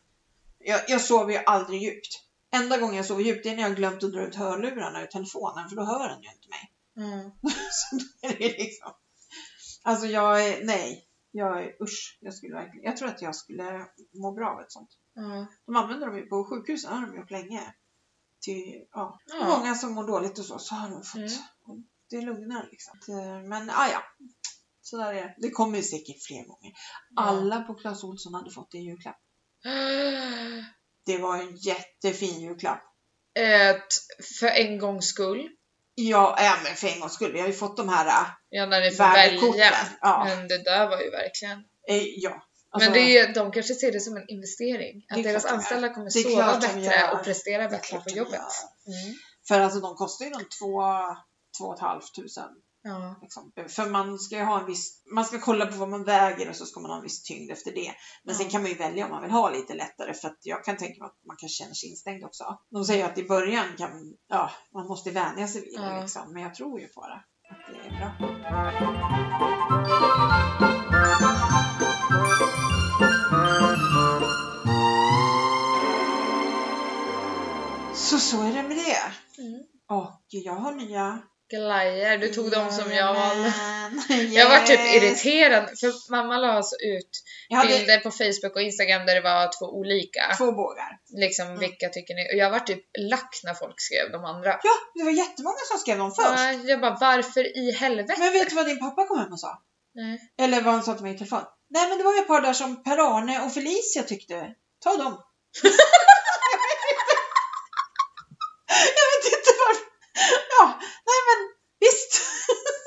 Jag, jag sover ju aldrig djupt. Enda gången jag sover djupt det är när jag har glömt att dra ut hörlurarna ur telefonen, för då hör den ju inte mig. Mm. Så då är det liksom. Alltså jag är, nej. Jag är, usch, jag skulle verkligen, jag tror att jag skulle må bra av ett sånt. Ja. De använder dem ju på sjukhusen, har de gjort länge. Till, ja. Ja. Många som mår dåligt och så, så har de Mm. fått. Det lugnar liksom. Eh, Men ah, ja, så där är det. Det kommer ju säkert fler gånger. Alla på Clas Ohlson hade fått en julklapp. Det var en jättefin julklapp. Ett, Eh, för en gångs skull. Ja, äh, men för en gångs skull. Vi har ju fått de här äh, Ja, när ni får värdekorten. välja. Ja. Men det där var ju verkligen... Eh, ja. Alltså, men det är, de kanske ser det som en investering. Det Att är deras klart de anställda kommer Det är sova klart de bättre gör. och prestera det är bättre klart på de jobbet. gör. Mm. För alltså de kostar ju de två, två och ett halvt tusen Ja. Liksom. För man ska ju ha en viss, man ska kolla på vad man väger och så ska man ha en viss tyngd efter det. Men sen Ja. kan man ju välja om man vill ha lite lättare för att jag kan tänka mig att man kan känna sig instängd också. De säger att i början kan, ja, man måste vänja sig vid det Ja. liksom. Men jag tror ju på det. Att det är bra. Så så är det med det. Mm. Och jag har nya Glajer, du tog dem som jag valde. Jajamän. Jag var typ Mm. Yes. irriterad för mamma la alltså ut Jag hade bilder på Facebook och Instagram där det var två olika. två bågar. Liksom vilka tycker ni? Och jag var typ lack när folk skrev de andra. Ja, det var jättemånga som skrev dem först. Ja, Jag bara varför i helvete? Men vet du vad din pappa kom hem och sa? Nej. Eller vad han sa till mig i telefon? Nej, men det var ju ett par där som Per-Arne och Felicia tyckte. Ta dem. jag vet inte varför. Ja, nej men visst.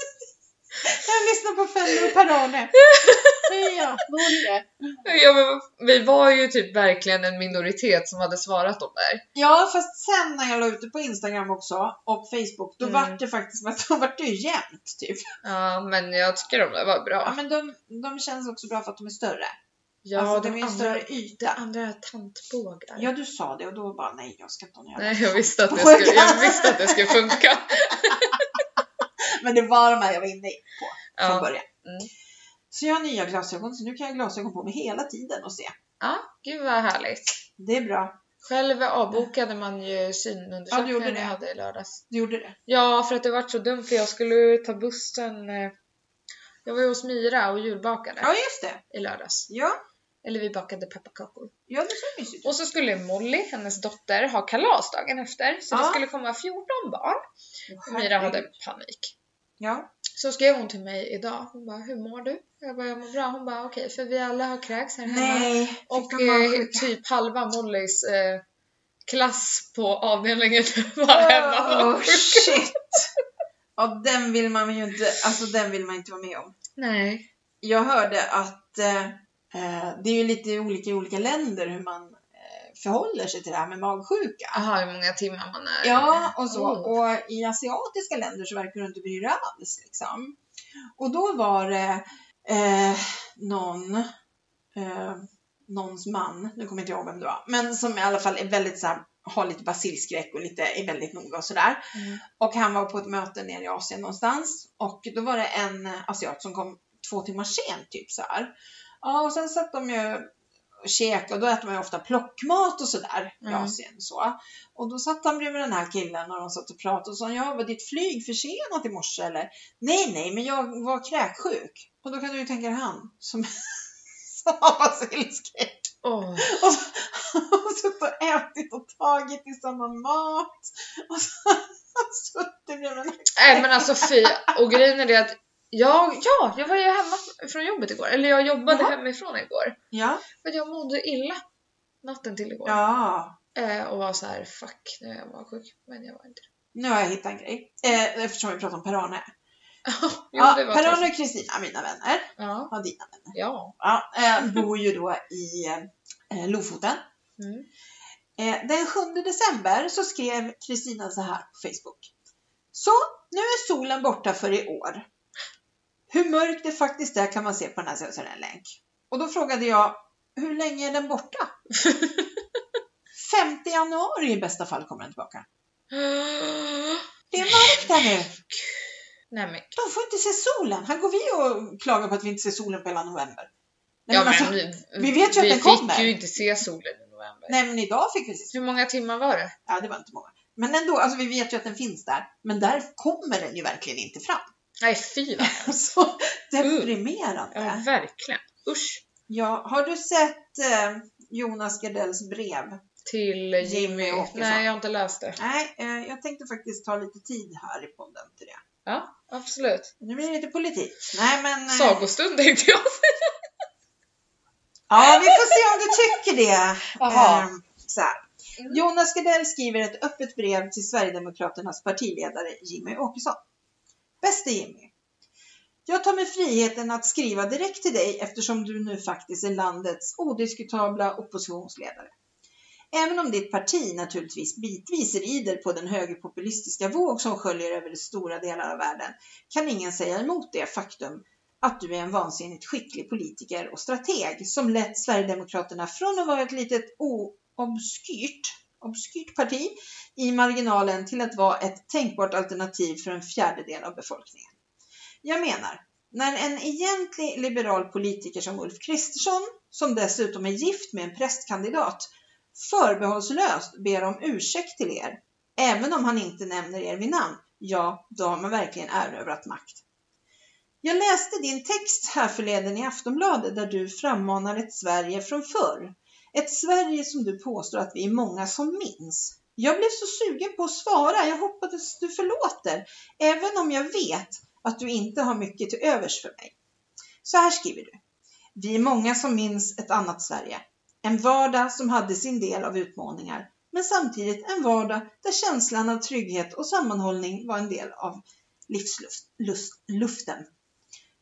jag lyssnar på Fender och Per-Arne. Ja, borde. Ja, men vi var ju typ verkligen en minoritet som hade svarat de där. Ja, fast sen när jag la ut det på Instagram också och Facebook, då Mm. vart det faktiskt, då vart det ju jämnt typ. Ja, men jag tycker de där var Ja, bra. men de, de känns också bra för att de är större. Ja, alltså, de de är en andra, större yta. det andra är tantbågar. Ja, du sa det och då bara nej, jag ska inte ha några. Nej, jag visste, att det skulle, jag visste att det skulle funka. Men det var de här jag var inne i från Ja. början. Mm. Så jag har nya glasögon, så nu kan jag ha glasögon på mig hela tiden och se. ja, gud vad härligt. Det är bra. Själv avbokade man ju Ja, du synundersökningen gjorde det. jag hade i lördags. Du gjorde det. Ja, för att det vart så dumt för jag skulle ta bussen. eh, Jag var ju hos Myra och julbakade Ja, just det. i lördags. Ja, Eller vi bakade pepparkakor. ja det ser mysigt ut. Och så skulle Molly, hennes dotter, ha kalas dagen efter. Så det Ja. skulle komma 14 barn. Åh, Och Myra hade herregud. panik. Ja. Så skrev hon till mig idag. Hon bara, hur mår du? Jag bara, jag mår bra. Hon bara, okej, för vi alla har kräks här hemma. Nej. Och fick de vara eh, sjuka? typ halva Mollys eh, klass på avdelningen var hemma. Åh, shit. Ja, den vill man ju inte, alltså den vill man inte vara med om. Nej. jag hörde att eh, eh, det är ju lite olika i olika länder hur man eh, förhåller sig till det här med magsjuka. Jaha, hur många timmar man är Ja, och så. Oh. Och i asiatiska länder så verkar du inte bry dig alls. Liksom. Och då var det eh, någon, eh, någons man, nu kommer inte jag ihåg vem det var, men som i alla fall är väldigt så här, har lite basilskräck och lite, är väldigt noga och sådär. Mm. Och han var på ett möte nere i Asien någonstans och då var det en asiat som kom två timmar sent typ så här. Ja, och sen satt de ju och käkade och då äter man ju ofta plockmat och sådär i Mm. Asien så. Och då satt han bredvid den här killen och de satt och pratade och sa ja, var ditt flyg försenat i morse eller? Nej, nej, men jag var kräksjuk. Och då kan du ju tänka dig han som, som har basilskräck Åh, och så och suttit och ätit och tagit i samma mat. Och så suttit bredvid den här. Nej men alltså fy, och grejen är det att jag, ja, jag var ju hemma från jobbet igår, eller jag jobbade Jaha. hemifrån igår. Ja. För att jag mådde illa natten till igår. ja, Eh, och var så här: fuck, nu är jag magsjuk. Men jag var inte det. nu har jag hittat en grej. Eh, eftersom vi pratar om Per-Arne. Jo, Ja, det var Per-Arne trist. och Kristina, mina vänner, Ja, ja, dina vänner, ja. ja, eh, bor ju då i eh, Lofoten. Mm. Eh, den 7 december så skrev Kristina så här på Facebook. Så, nu är solen borta för i år. Hur mörkt det faktiskt är kan man se på den här sidan, så är det en länk. Och då frågade jag, hur länge är den borta? 5 januari i bästa fall kommer den tillbaka. Det är mörkt här nu. Nej men, De får inte se solen. Här går vi och klagar på att vi inte ser solen på hela november. Nej, ja, men men alltså, vi, vi vet ju att vi den kommer. fick ju inte se solen i november. nej men idag fick vi se Hur många timmar var det? Ja, det var inte många. Men ändå, alltså, vi vet ju att den finns där. Men där kommer den ju verkligen inte fram. Nej fy vad Så deprimerande. Ja, verkligen. Usch. Ja, har du sett eh, Jonas Gardells brev? Till Jimmy Jimmy. Åkesson. Nej, jag har inte läst det. Nej, eh, jag tänkte faktiskt ta lite tid här i podden till det. Ja, absolut. Nu blir det lite politik. Nej, men... eh, Sagostund tänkte jag Ja, vi får se om du tycker det. Jaha. Ehm, så här. Jonas Gardell skriver ett öppet brev till Sverigedemokraternas partiledare Jimmy Åkesson. Bäste Jimmy. Jag tar mig friheten att skriva direkt till dig eftersom du nu faktiskt är landets odiskutabla oppositionsledare. Även om ditt parti naturligtvis bitvis rider på den högerpopulistiska våg som sköljer över stora delar av världen kan ingen säga emot det faktum att du är en vansinnigt skicklig politiker och strateg som lett Sverigedemokraterna från att vara ett litet oobskyrt obskyrt parti i marginalen till att vara ett tänkbart alternativ för en fjärdedel av befolkningen. Jag menar, när en egentlig liberal politiker som Ulf Kristersson, som dessutom är gift med en prästkandidat, förbehållslöst ber om ursäkt till er, även om han inte nämner er vid namn, ja, då har man verkligen erövrat makt. Jag läste din text här förleden i Aftonbladet där du frammanar ett Sverige från förr. Ett Sverige som du påstår att vi är många som minns. Jag blev så sugen på att svara, jag hoppades du förlåter, även om jag vet att du inte har mycket till övers för mig. Så här skriver du. Vi är många som minns ett annat Sverige. En vardag som hade sin del av utmaningar, men samtidigt en vardag där känslan av trygghet och sammanhållning var en del av livsluften.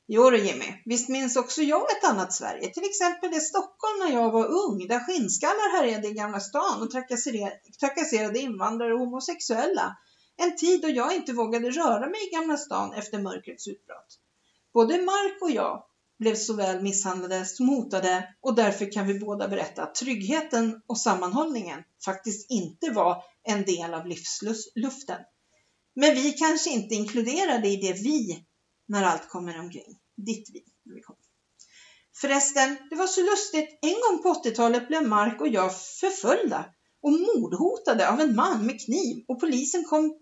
Jo då Jimmy, visst minns också jag ett annat Sverige, till exempel det Stockholm när jag var ung, där skinnskallar härjade i Gamla stan och trakassere- trakasserade invandrare och homosexuella. En tid då jag inte vågade röra mig i Gamla stan efter mörkrets utbrott. Både Mark och jag blev såväl misshandlade som hotade och därför kan vi båda berätta att tryggheten och sammanhållningen faktiskt inte var en del av livsluften. Men vi kanske inte inkluderade i det vi när allt kommer omkring. Ditt vi. när vi kommer. Förresten, det var så lustigt. En gång på 80-talet blev Mark och jag förföljda och mordhotade av en man med kniv och polisen kom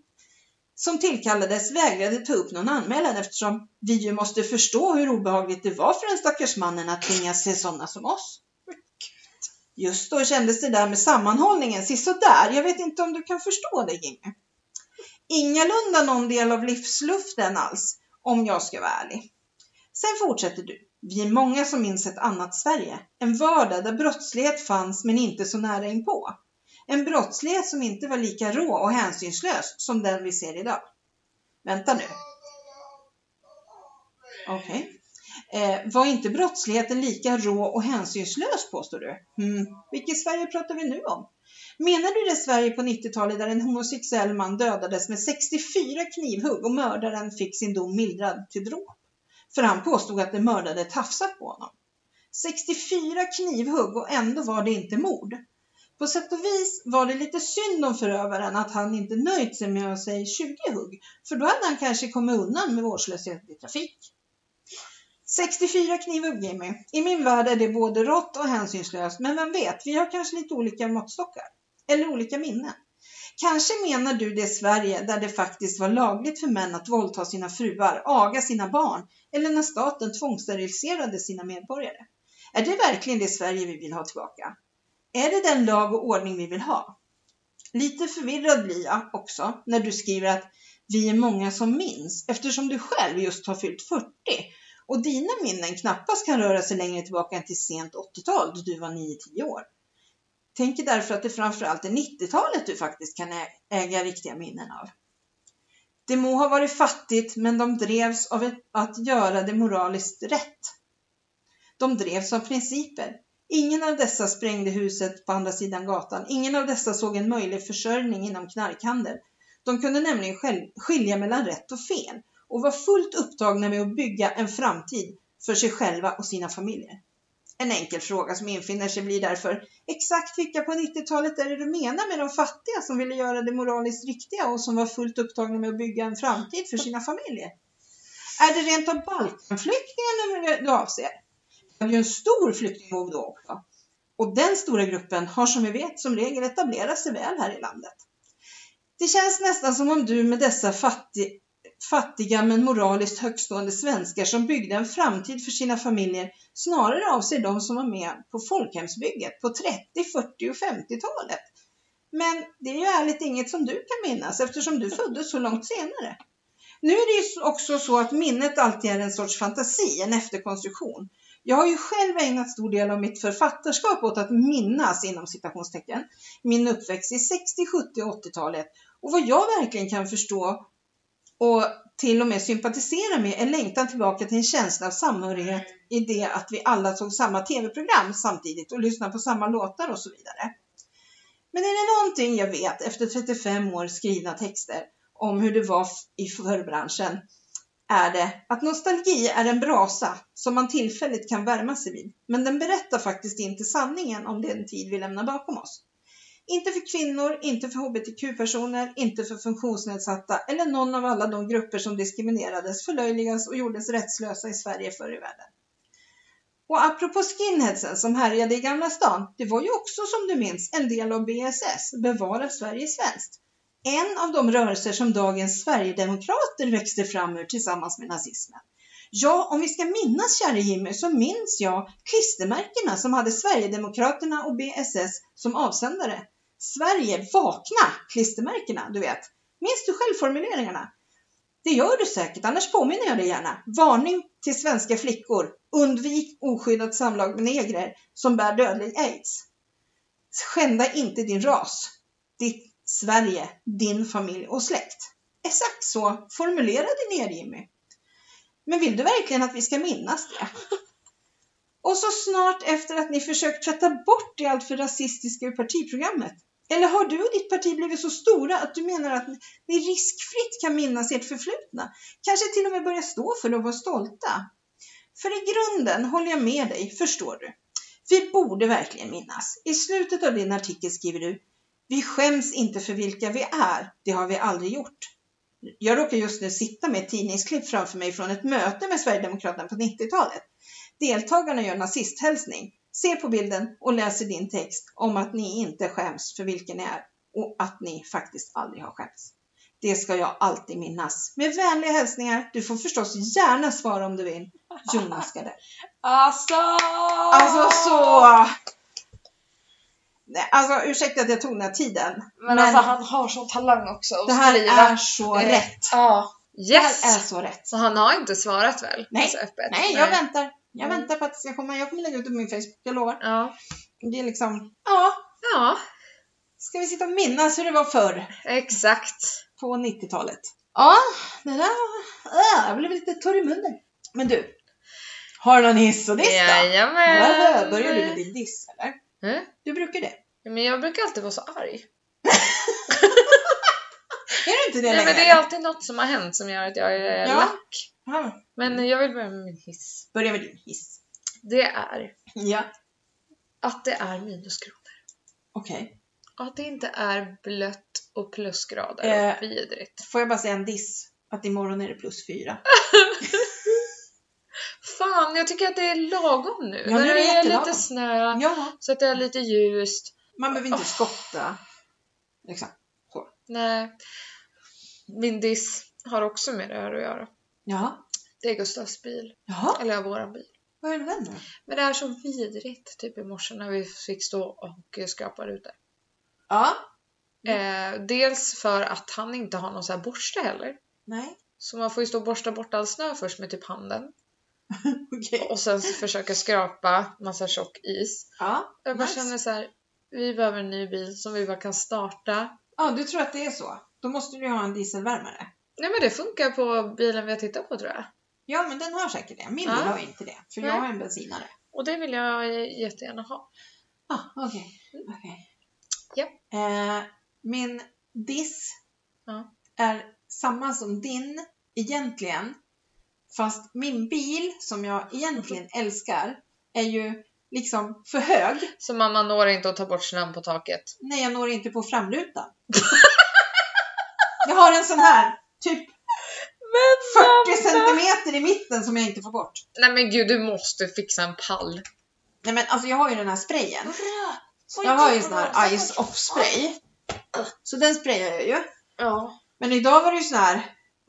som tillkallades vägrade ta upp någon anmälan eftersom vi ju måste förstå hur obehagligt det var för den stackars mannen att tvingas se sådana som oss. Just då kändes det där med sammanhållningen sisådär. Jag vet inte om du kan förstå det Jimmy. Ingalunda någon del av livsluften alls om jag ska vara ärlig. Sen fortsätter du. Vi är många som minns ett annat Sverige. En vardag där brottslighet fanns men inte så nära inpå. En brottslighet som inte var lika rå och hänsynslös som den vi ser idag. Vänta nu. Okej. Eh, var inte brottsligheten lika rå och hänsynslös påstår du? Hmm. Vilket Sverige pratar vi nu om? Menar du det Sverige på 90-talet där en homosexuell man dödades med 64 knivhugg och mördaren fick sin dom mildrad till dråp? För han påstod att de mördade tafsat på honom. 64 knivhugg och ändå var det inte mord. På sätt och vis var det lite synd om förövaren att han inte nöjt sig med att säga 20 hugg, för då hade han kanske kommit undan med vårdslöshet i trafik. 64 knivhugg Jimmy. I min värld är det både rått och hänsynslöst, men vem vet, vi har kanske lite olika måttstockar. Eller olika minnen. Kanske menar du det Sverige där det faktiskt var lagligt för män att våldta sina fruar, aga sina barn eller när staten tvångssteriliserade sina medborgare. Är det verkligen det Sverige vi vill ha tillbaka? Är det den lag och ordning vi vill ha? Lite förvirrad blir jag också när du skriver att vi är många som minns eftersom du själv just har fyllt 40 och dina minnen knappast kan röra sig längre tillbaka än till sent 80-tal då du var 9-10 år. Tänker därför att det framförallt är 90-talet du faktiskt kan ä- äga riktiga minnen av. Det må ha varit fattigt, men de drevs av ett, att göra det moraliskt rätt. De drevs av principer. Ingen av dessa sprängde huset på andra sidan gatan. Ingen av dessa såg en möjlig försörjning inom knarkhandel. De kunde nämligen själv- skilja mellan rätt och fel och var fullt upptagna med att bygga en framtid för sig själva och sina familjer. En enkel fråga som infinner sig blir därför, exakt vilka på 90-talet är det du menar med de fattiga som ville göra det moraliskt riktiga och som var fullt upptagna med att bygga en framtid för sina familjer? Är det rent av Balkanflyktingarna du avser? Det var ju en stor flyktingvåg då också. Och den stora gruppen har som vi vet som regel etablerat sig väl här i landet. Det känns nästan som om du med dessa fattiga fattiga men moraliskt högstående svenskar som byggde en framtid för sina familjer snarare avser de som var med på folkhemsbygget på 30-, 40 och 50-talet. Men det är ju ärligt inget som du kan minnas eftersom du föddes så långt senare. Nu är det ju också så att minnet alltid är en sorts fantasi, en efterkonstruktion. Jag har ju själv ägnat stor del av mitt författarskap åt att minnas, inom citationstecken, min uppväxt i 60-, 70 och 80-talet och vad jag verkligen kan förstå och till och med sympatisera med är längtan tillbaka till en känsla av samhörighet i det att vi alla såg samma tv-program samtidigt och lyssnade på samma låtar och så vidare. Men är det någonting jag vet efter 35 år skrivna texter om hur det var f- i förrbranschen är det att nostalgi är en brasa som man tillfälligt kan värma sig vid, men den berättar faktiskt inte sanningen om den tid vi lämnar bakom oss. Inte för kvinnor, inte för hbtq-personer, inte för funktionsnedsatta eller någon av alla de grupper som diskriminerades, förlöjligades och gjordes rättslösa i Sverige förr i världen. Och apropå skinheadsen som härjade i Gamla stan, det var ju också som du minns en del av BSS, Bevara Sverige svenskt. En av de rörelser som dagens Sverigedemokrater växte fram ur tillsammans med nazismen. Ja, om vi ska minnas käre Jimmy så minns jag klistermärkena som hade Sverigedemokraterna och BSS som avsändare. Sverige vakna klistermärkena, du vet. Minns du själv formuleringarna? Det gör du säkert, annars påminner jag dig gärna. Varning till svenska flickor. Undvik oskyddat samlag med negrer som bär dödlig aids. Skända inte din ras, ditt Sverige, din familj och släkt. Exakt så formulerade ni er Jimmy. Men vill du verkligen att vi ska minnas det? Och så snart efter att ni försökt tvätta bort det alltför rasistiska ur partiprogrammet. Eller har du och ditt parti blivit så stora att du menar att ni riskfritt kan minnas ert förflutna? Kanske till och med börja stå för det och vara stolta? För i grunden håller jag med dig, förstår du. Vi borde verkligen minnas. I slutet av din artikel skriver du Vi skäms inte för vilka vi är, det har vi aldrig gjort. Jag råkar just nu sitta med ett tidningsklipp framför mig från ett möte med Sverigedemokraterna på 90-talet. Deltagarna gör nazisthälsning, ser på bilden och läser din text om att ni inte skäms för vilken ni är och att ni faktiskt aldrig har skämts. Det ska jag alltid minnas. Med vänliga hälsningar, du får förstås gärna svara om du vill. Jonas Gardell. Alltså! Alltså så... Nej, alltså ursäkta att jag tog den här tiden. Men, alltså han har sån talang också att det här skriva. är så Eh, rätt. Ja. Det här är Yes! så rätt. Så han har inte svarat väl? Nej. Alltså öppet. Nej, jag väntar. Jag Mm. väntar på att det ska komma. Jag kommer lägga ut det på min Facebook, jag lovar. Ja. Det är liksom, ja, ja, ska vi sitta och minnas hur det var förr exakt. på 90-talet? Ja, det där, äh, jag blev lite torr i munnen. Men du, Har du någon hiss och diss då? Wow, Jajamän! Börjar du med din diss eller? Mm. Du brukar det. Ja, Men jag brukar alltid vara så arg. Är du inte det Nej, men längre? det är alltid något som har hänt som gör att jag är Ja. lack. Ja, Men jag vill börja med min hiss. Börja med din hiss. Det är Ja. att det är minusgrader. Okej. Att det inte är blött och plusgrader Eh. och vidrigt. Får jag bara säga en diss? Att imorgon är det plus fyra. Fan, jag tycker att det är lagom nu. Ja, När nu är det det är jättelagom. lite snö, Ja. så att det är lite ljust. Man behöver inte Oh. skotta. Liksom. Nej. Min diss har också med det här att göra. Ja. Det är Gustavs bil, Ja. eller våran bil. Vad är det med den då? Men det är så vidrigt, typ i morse när vi fick stå och eh, skrapa rutor. Ja. Eh, dels för att han inte har någon så här borste heller. Nej. Så man får ju stå och borsta bort all snö först med typ handen. Okej. Och sen så försöka skrapa massa tjock is. Ja. Jag bara Nice. känner så här, vi behöver en ny bil som vi bara kan starta. ja, du tror att det är så. Då måste du ju ha en dieselvärmare. Nej men det funkar på bilen vi har tittat på tror jag. Ja, men den har säkert det. Min bil Ja. har ju inte det. För jag Nej. har en bensinare. Och det vill jag jättegärna ha. Ah, okej. Okej. Japp. Eh, min diss Ja. är samma som din egentligen. Fast min bil, som jag egentligen älskar, är ju liksom för hög. Så mamma når inte att ta bort snön på taket. Nej, jag når inte på framrutan. jag har en sån här, typ 40 centimeter i mitten som jag inte får bort. Nej men gud, du måste fixa en pall. Nej men alltså jag har ju den här sprayen. Jag har ju sån här Ice Off spray. Så den sprayar jag ju. Ja. Men idag var det ju sån här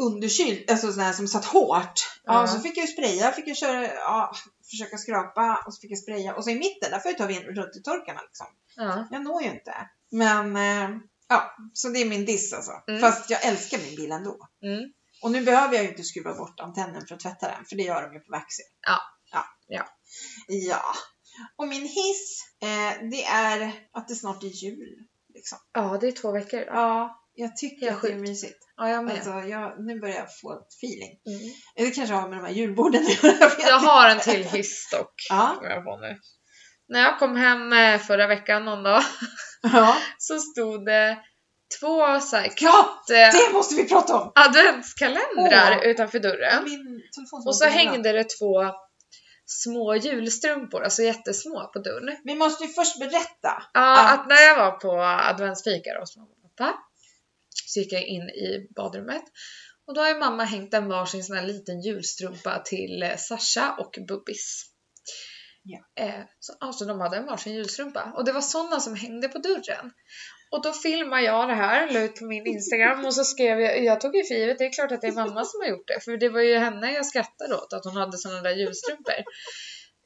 underkyld, alltså sån här som satt hårt. Ja, Ja. så fick jag ju spraya, fick jag köra, ja, försöka skrapa och så fick jag spraya. Och så i mitten, där får jag ta vid rutetorkarna liksom. ja. Jag når ju inte. Men eh, ja, så det är min diss alltså. Mm. Fast jag älskar min bil ändå. Mm. Och nu behöver jag ju inte skruva bort antennen för att tvätta den, för det gör de ju på Vaxi. Ja. ja. Ja. Ja. Och min hiss, eh, det är att det snart är jul. Liksom. ja, det är två veckor. Ja, Ja, jag tycker Helt att det är sjukt. mysigt. ja jag med. Alltså, jag, nu börjar jag få feeling. Mm. Eh, Det kanske har med de här julborden att göra, jag vet Jag inte. har en till hiss dock. Ja. Kommer jag på nu. När jag kom hem eh, förra veckan någon dag ja. så stod det två så här, Ja, katt, eh, det måste vi prata om! adventskalendrar Åh. utanför dörren. Min telefon som Och så måste ringa. hängde det två små julstrumpor, alltså jättesmå på dörren. Vi måste ju först berätta. Ja, Ja. att när jag var på adventsfika då, hos mamma och pappa så gick jag in i badrummet och då har ju mamma hängt en varsin sån här liten julstrumpa till eh, Sasha och Bubbis. Ja. Eh, så, alltså de hade en varsin julstrumpa och det var såna som hängde på dörren. Och då filmade jag det här, la ut på min Instagram och så skrev jag, jag tog ju för givet, det är klart att det är mamma som har gjort det för det var ju henne jag skrattade åt att hon hade såna där julstrumpor.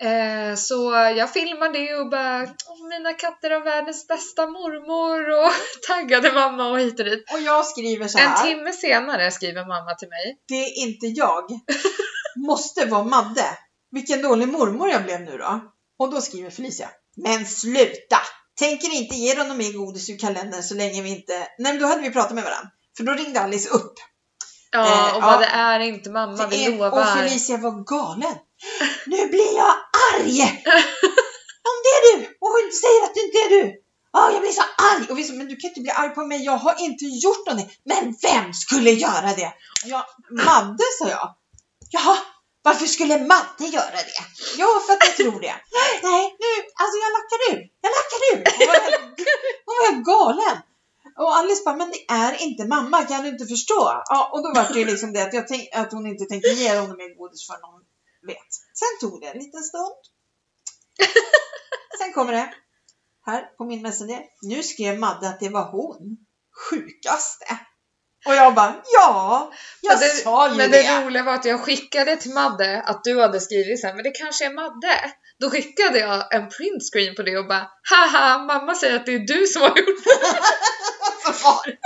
Eh, så jag filmade det och bara "Åh, mina katter har världens bästa mormor och taggade mamma och hit och dit. Och jag skriver så En här. timme senare skriver mamma till mig. Det är inte jag. Måste vara Madde. Vilken dålig mormor jag blev nu då. Och då skriver Felicia. Men sluta! Tänker inte ge dem något mer godis ur kalendern så länge vi inte... Nej, men då hade vi pratat med varandra. För då ringde Alice upp. Ja, Eh, och bara ja. det är inte mamma, Det vi är- lovar. Och Felicia var galen. Nu blir jag arg! Om det är du och hon säger att det inte är du. Ja, jag blir så arg! Och vi sa, men du kan inte bli arg på mig, jag har inte gjort någonting. Men vem skulle göra det? Ja, Madde, sa jag. Jaha, varför skulle Madde göra det? Jo, för att jag tror det. Nej, nu, alltså jag lackar ur. Jag lackar ur. Hon var helt, hon var helt galen. Och Alice bara, men det är inte mamma, kan du inte förstå? Ja, och då var det ju liksom det att, jag tänk, att hon inte tänkte ge honom mer godis förrän hon vet. Sen tog det en liten stund. Sen kommer det. Här på min Messenger. Nu skrev Madde att det var hon. Sjukaste. Och jag bara, ja, jag Men det- sa ju Men det. det roliga var att jag skickade till Madde att du hade skrivit så här, men det kanske är Madde. Då skickade jag en printscreen på det och bara haha mamma säger att det är du som har gjort det. Så var det.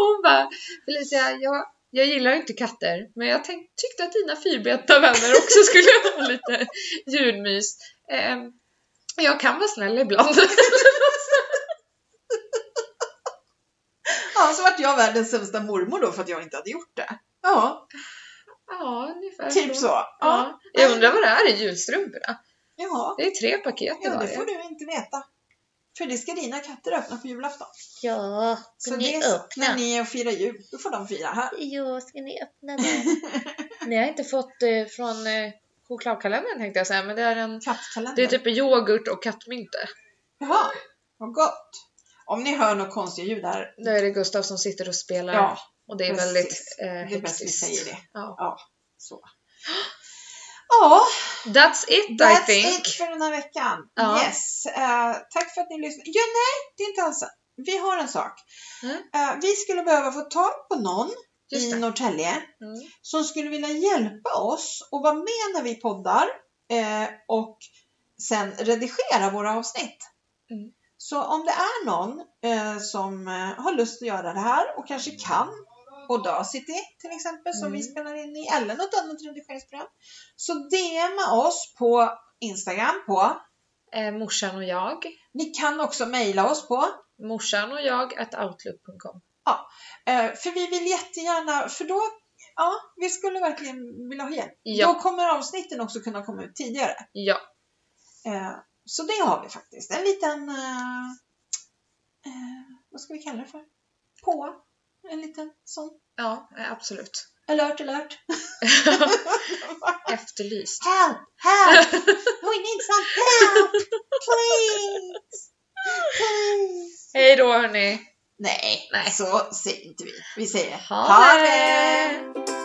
Och hon bara Felicia jag, jag gillar inte katter men jag tänk, tyckte att dina fyrbenta vänner också skulle ha lite julmys. Ehm, jag kan vara snäll ibland. Ja, så vart jag världens sämsta mormor då för att jag inte hade gjort det. Ja, Ja, Ja, ungefär Typ så. Ja. Ja. Jag undrar vad det är i julstrumporna? Ja. Det är tre paket i ja, det varje. får du inte veta. För det ska dina katter öppna på julafton. Ja, Oh, Så ska ni det är så. öppna? När ni är och firar jul, då får de fira här. Ja, ska ni öppna den? Nej, jag har inte fått eh, från eh, chokladkalendern tänkte jag säga, men det är en Kattkalender. det är typ yoghurt och kattmynta. Jaha, vad gott. Om ni hör något konstigt ljud här, Nu är det Gustav som sitter och spelar ja, och det är precis. väldigt eh, det är bäst vi hektiskt. säger det. Ja. Så. Ja, That's it I that's think. it för den här veckan. Ja. Yes. Eh, tack för att ni lyssnade. Ja, nej, det är inte alls Vi har en sak. Mm. Eh, vi skulle behöva få tag på någon Just i det. Norrtälje Mm. som skulle vilja hjälpa oss och vara med när vi poddar eh, och sen redigera våra avsnitt. Mm. Så om det är någon eh, som eh, har lust att göra det här och kanske kan Audacity till exempel som Mm. vi spelar in i eller något annat redigeringsprogram så DMa oss på Instagram på Eh, morsan och jag. ni kan också mejla oss på Morsan och jag at outlook.com. Eh, för vi vill jättegärna, för då, ja, vi skulle verkligen vilja ha hjälp. Ja. Då kommer avsnitten också kunna komma ut tidigare. Ja, Eh, så det har vi faktiskt. En liten, eh, eh, vad ska vi kalla det för? På. En liten sån. ja eh, absolut. Alert, alert. Efterlyst. Help, help! We need some help! Please! Please! Hej då hörni! Nej, Nej. så säger inte vi. Vi säger Ha det!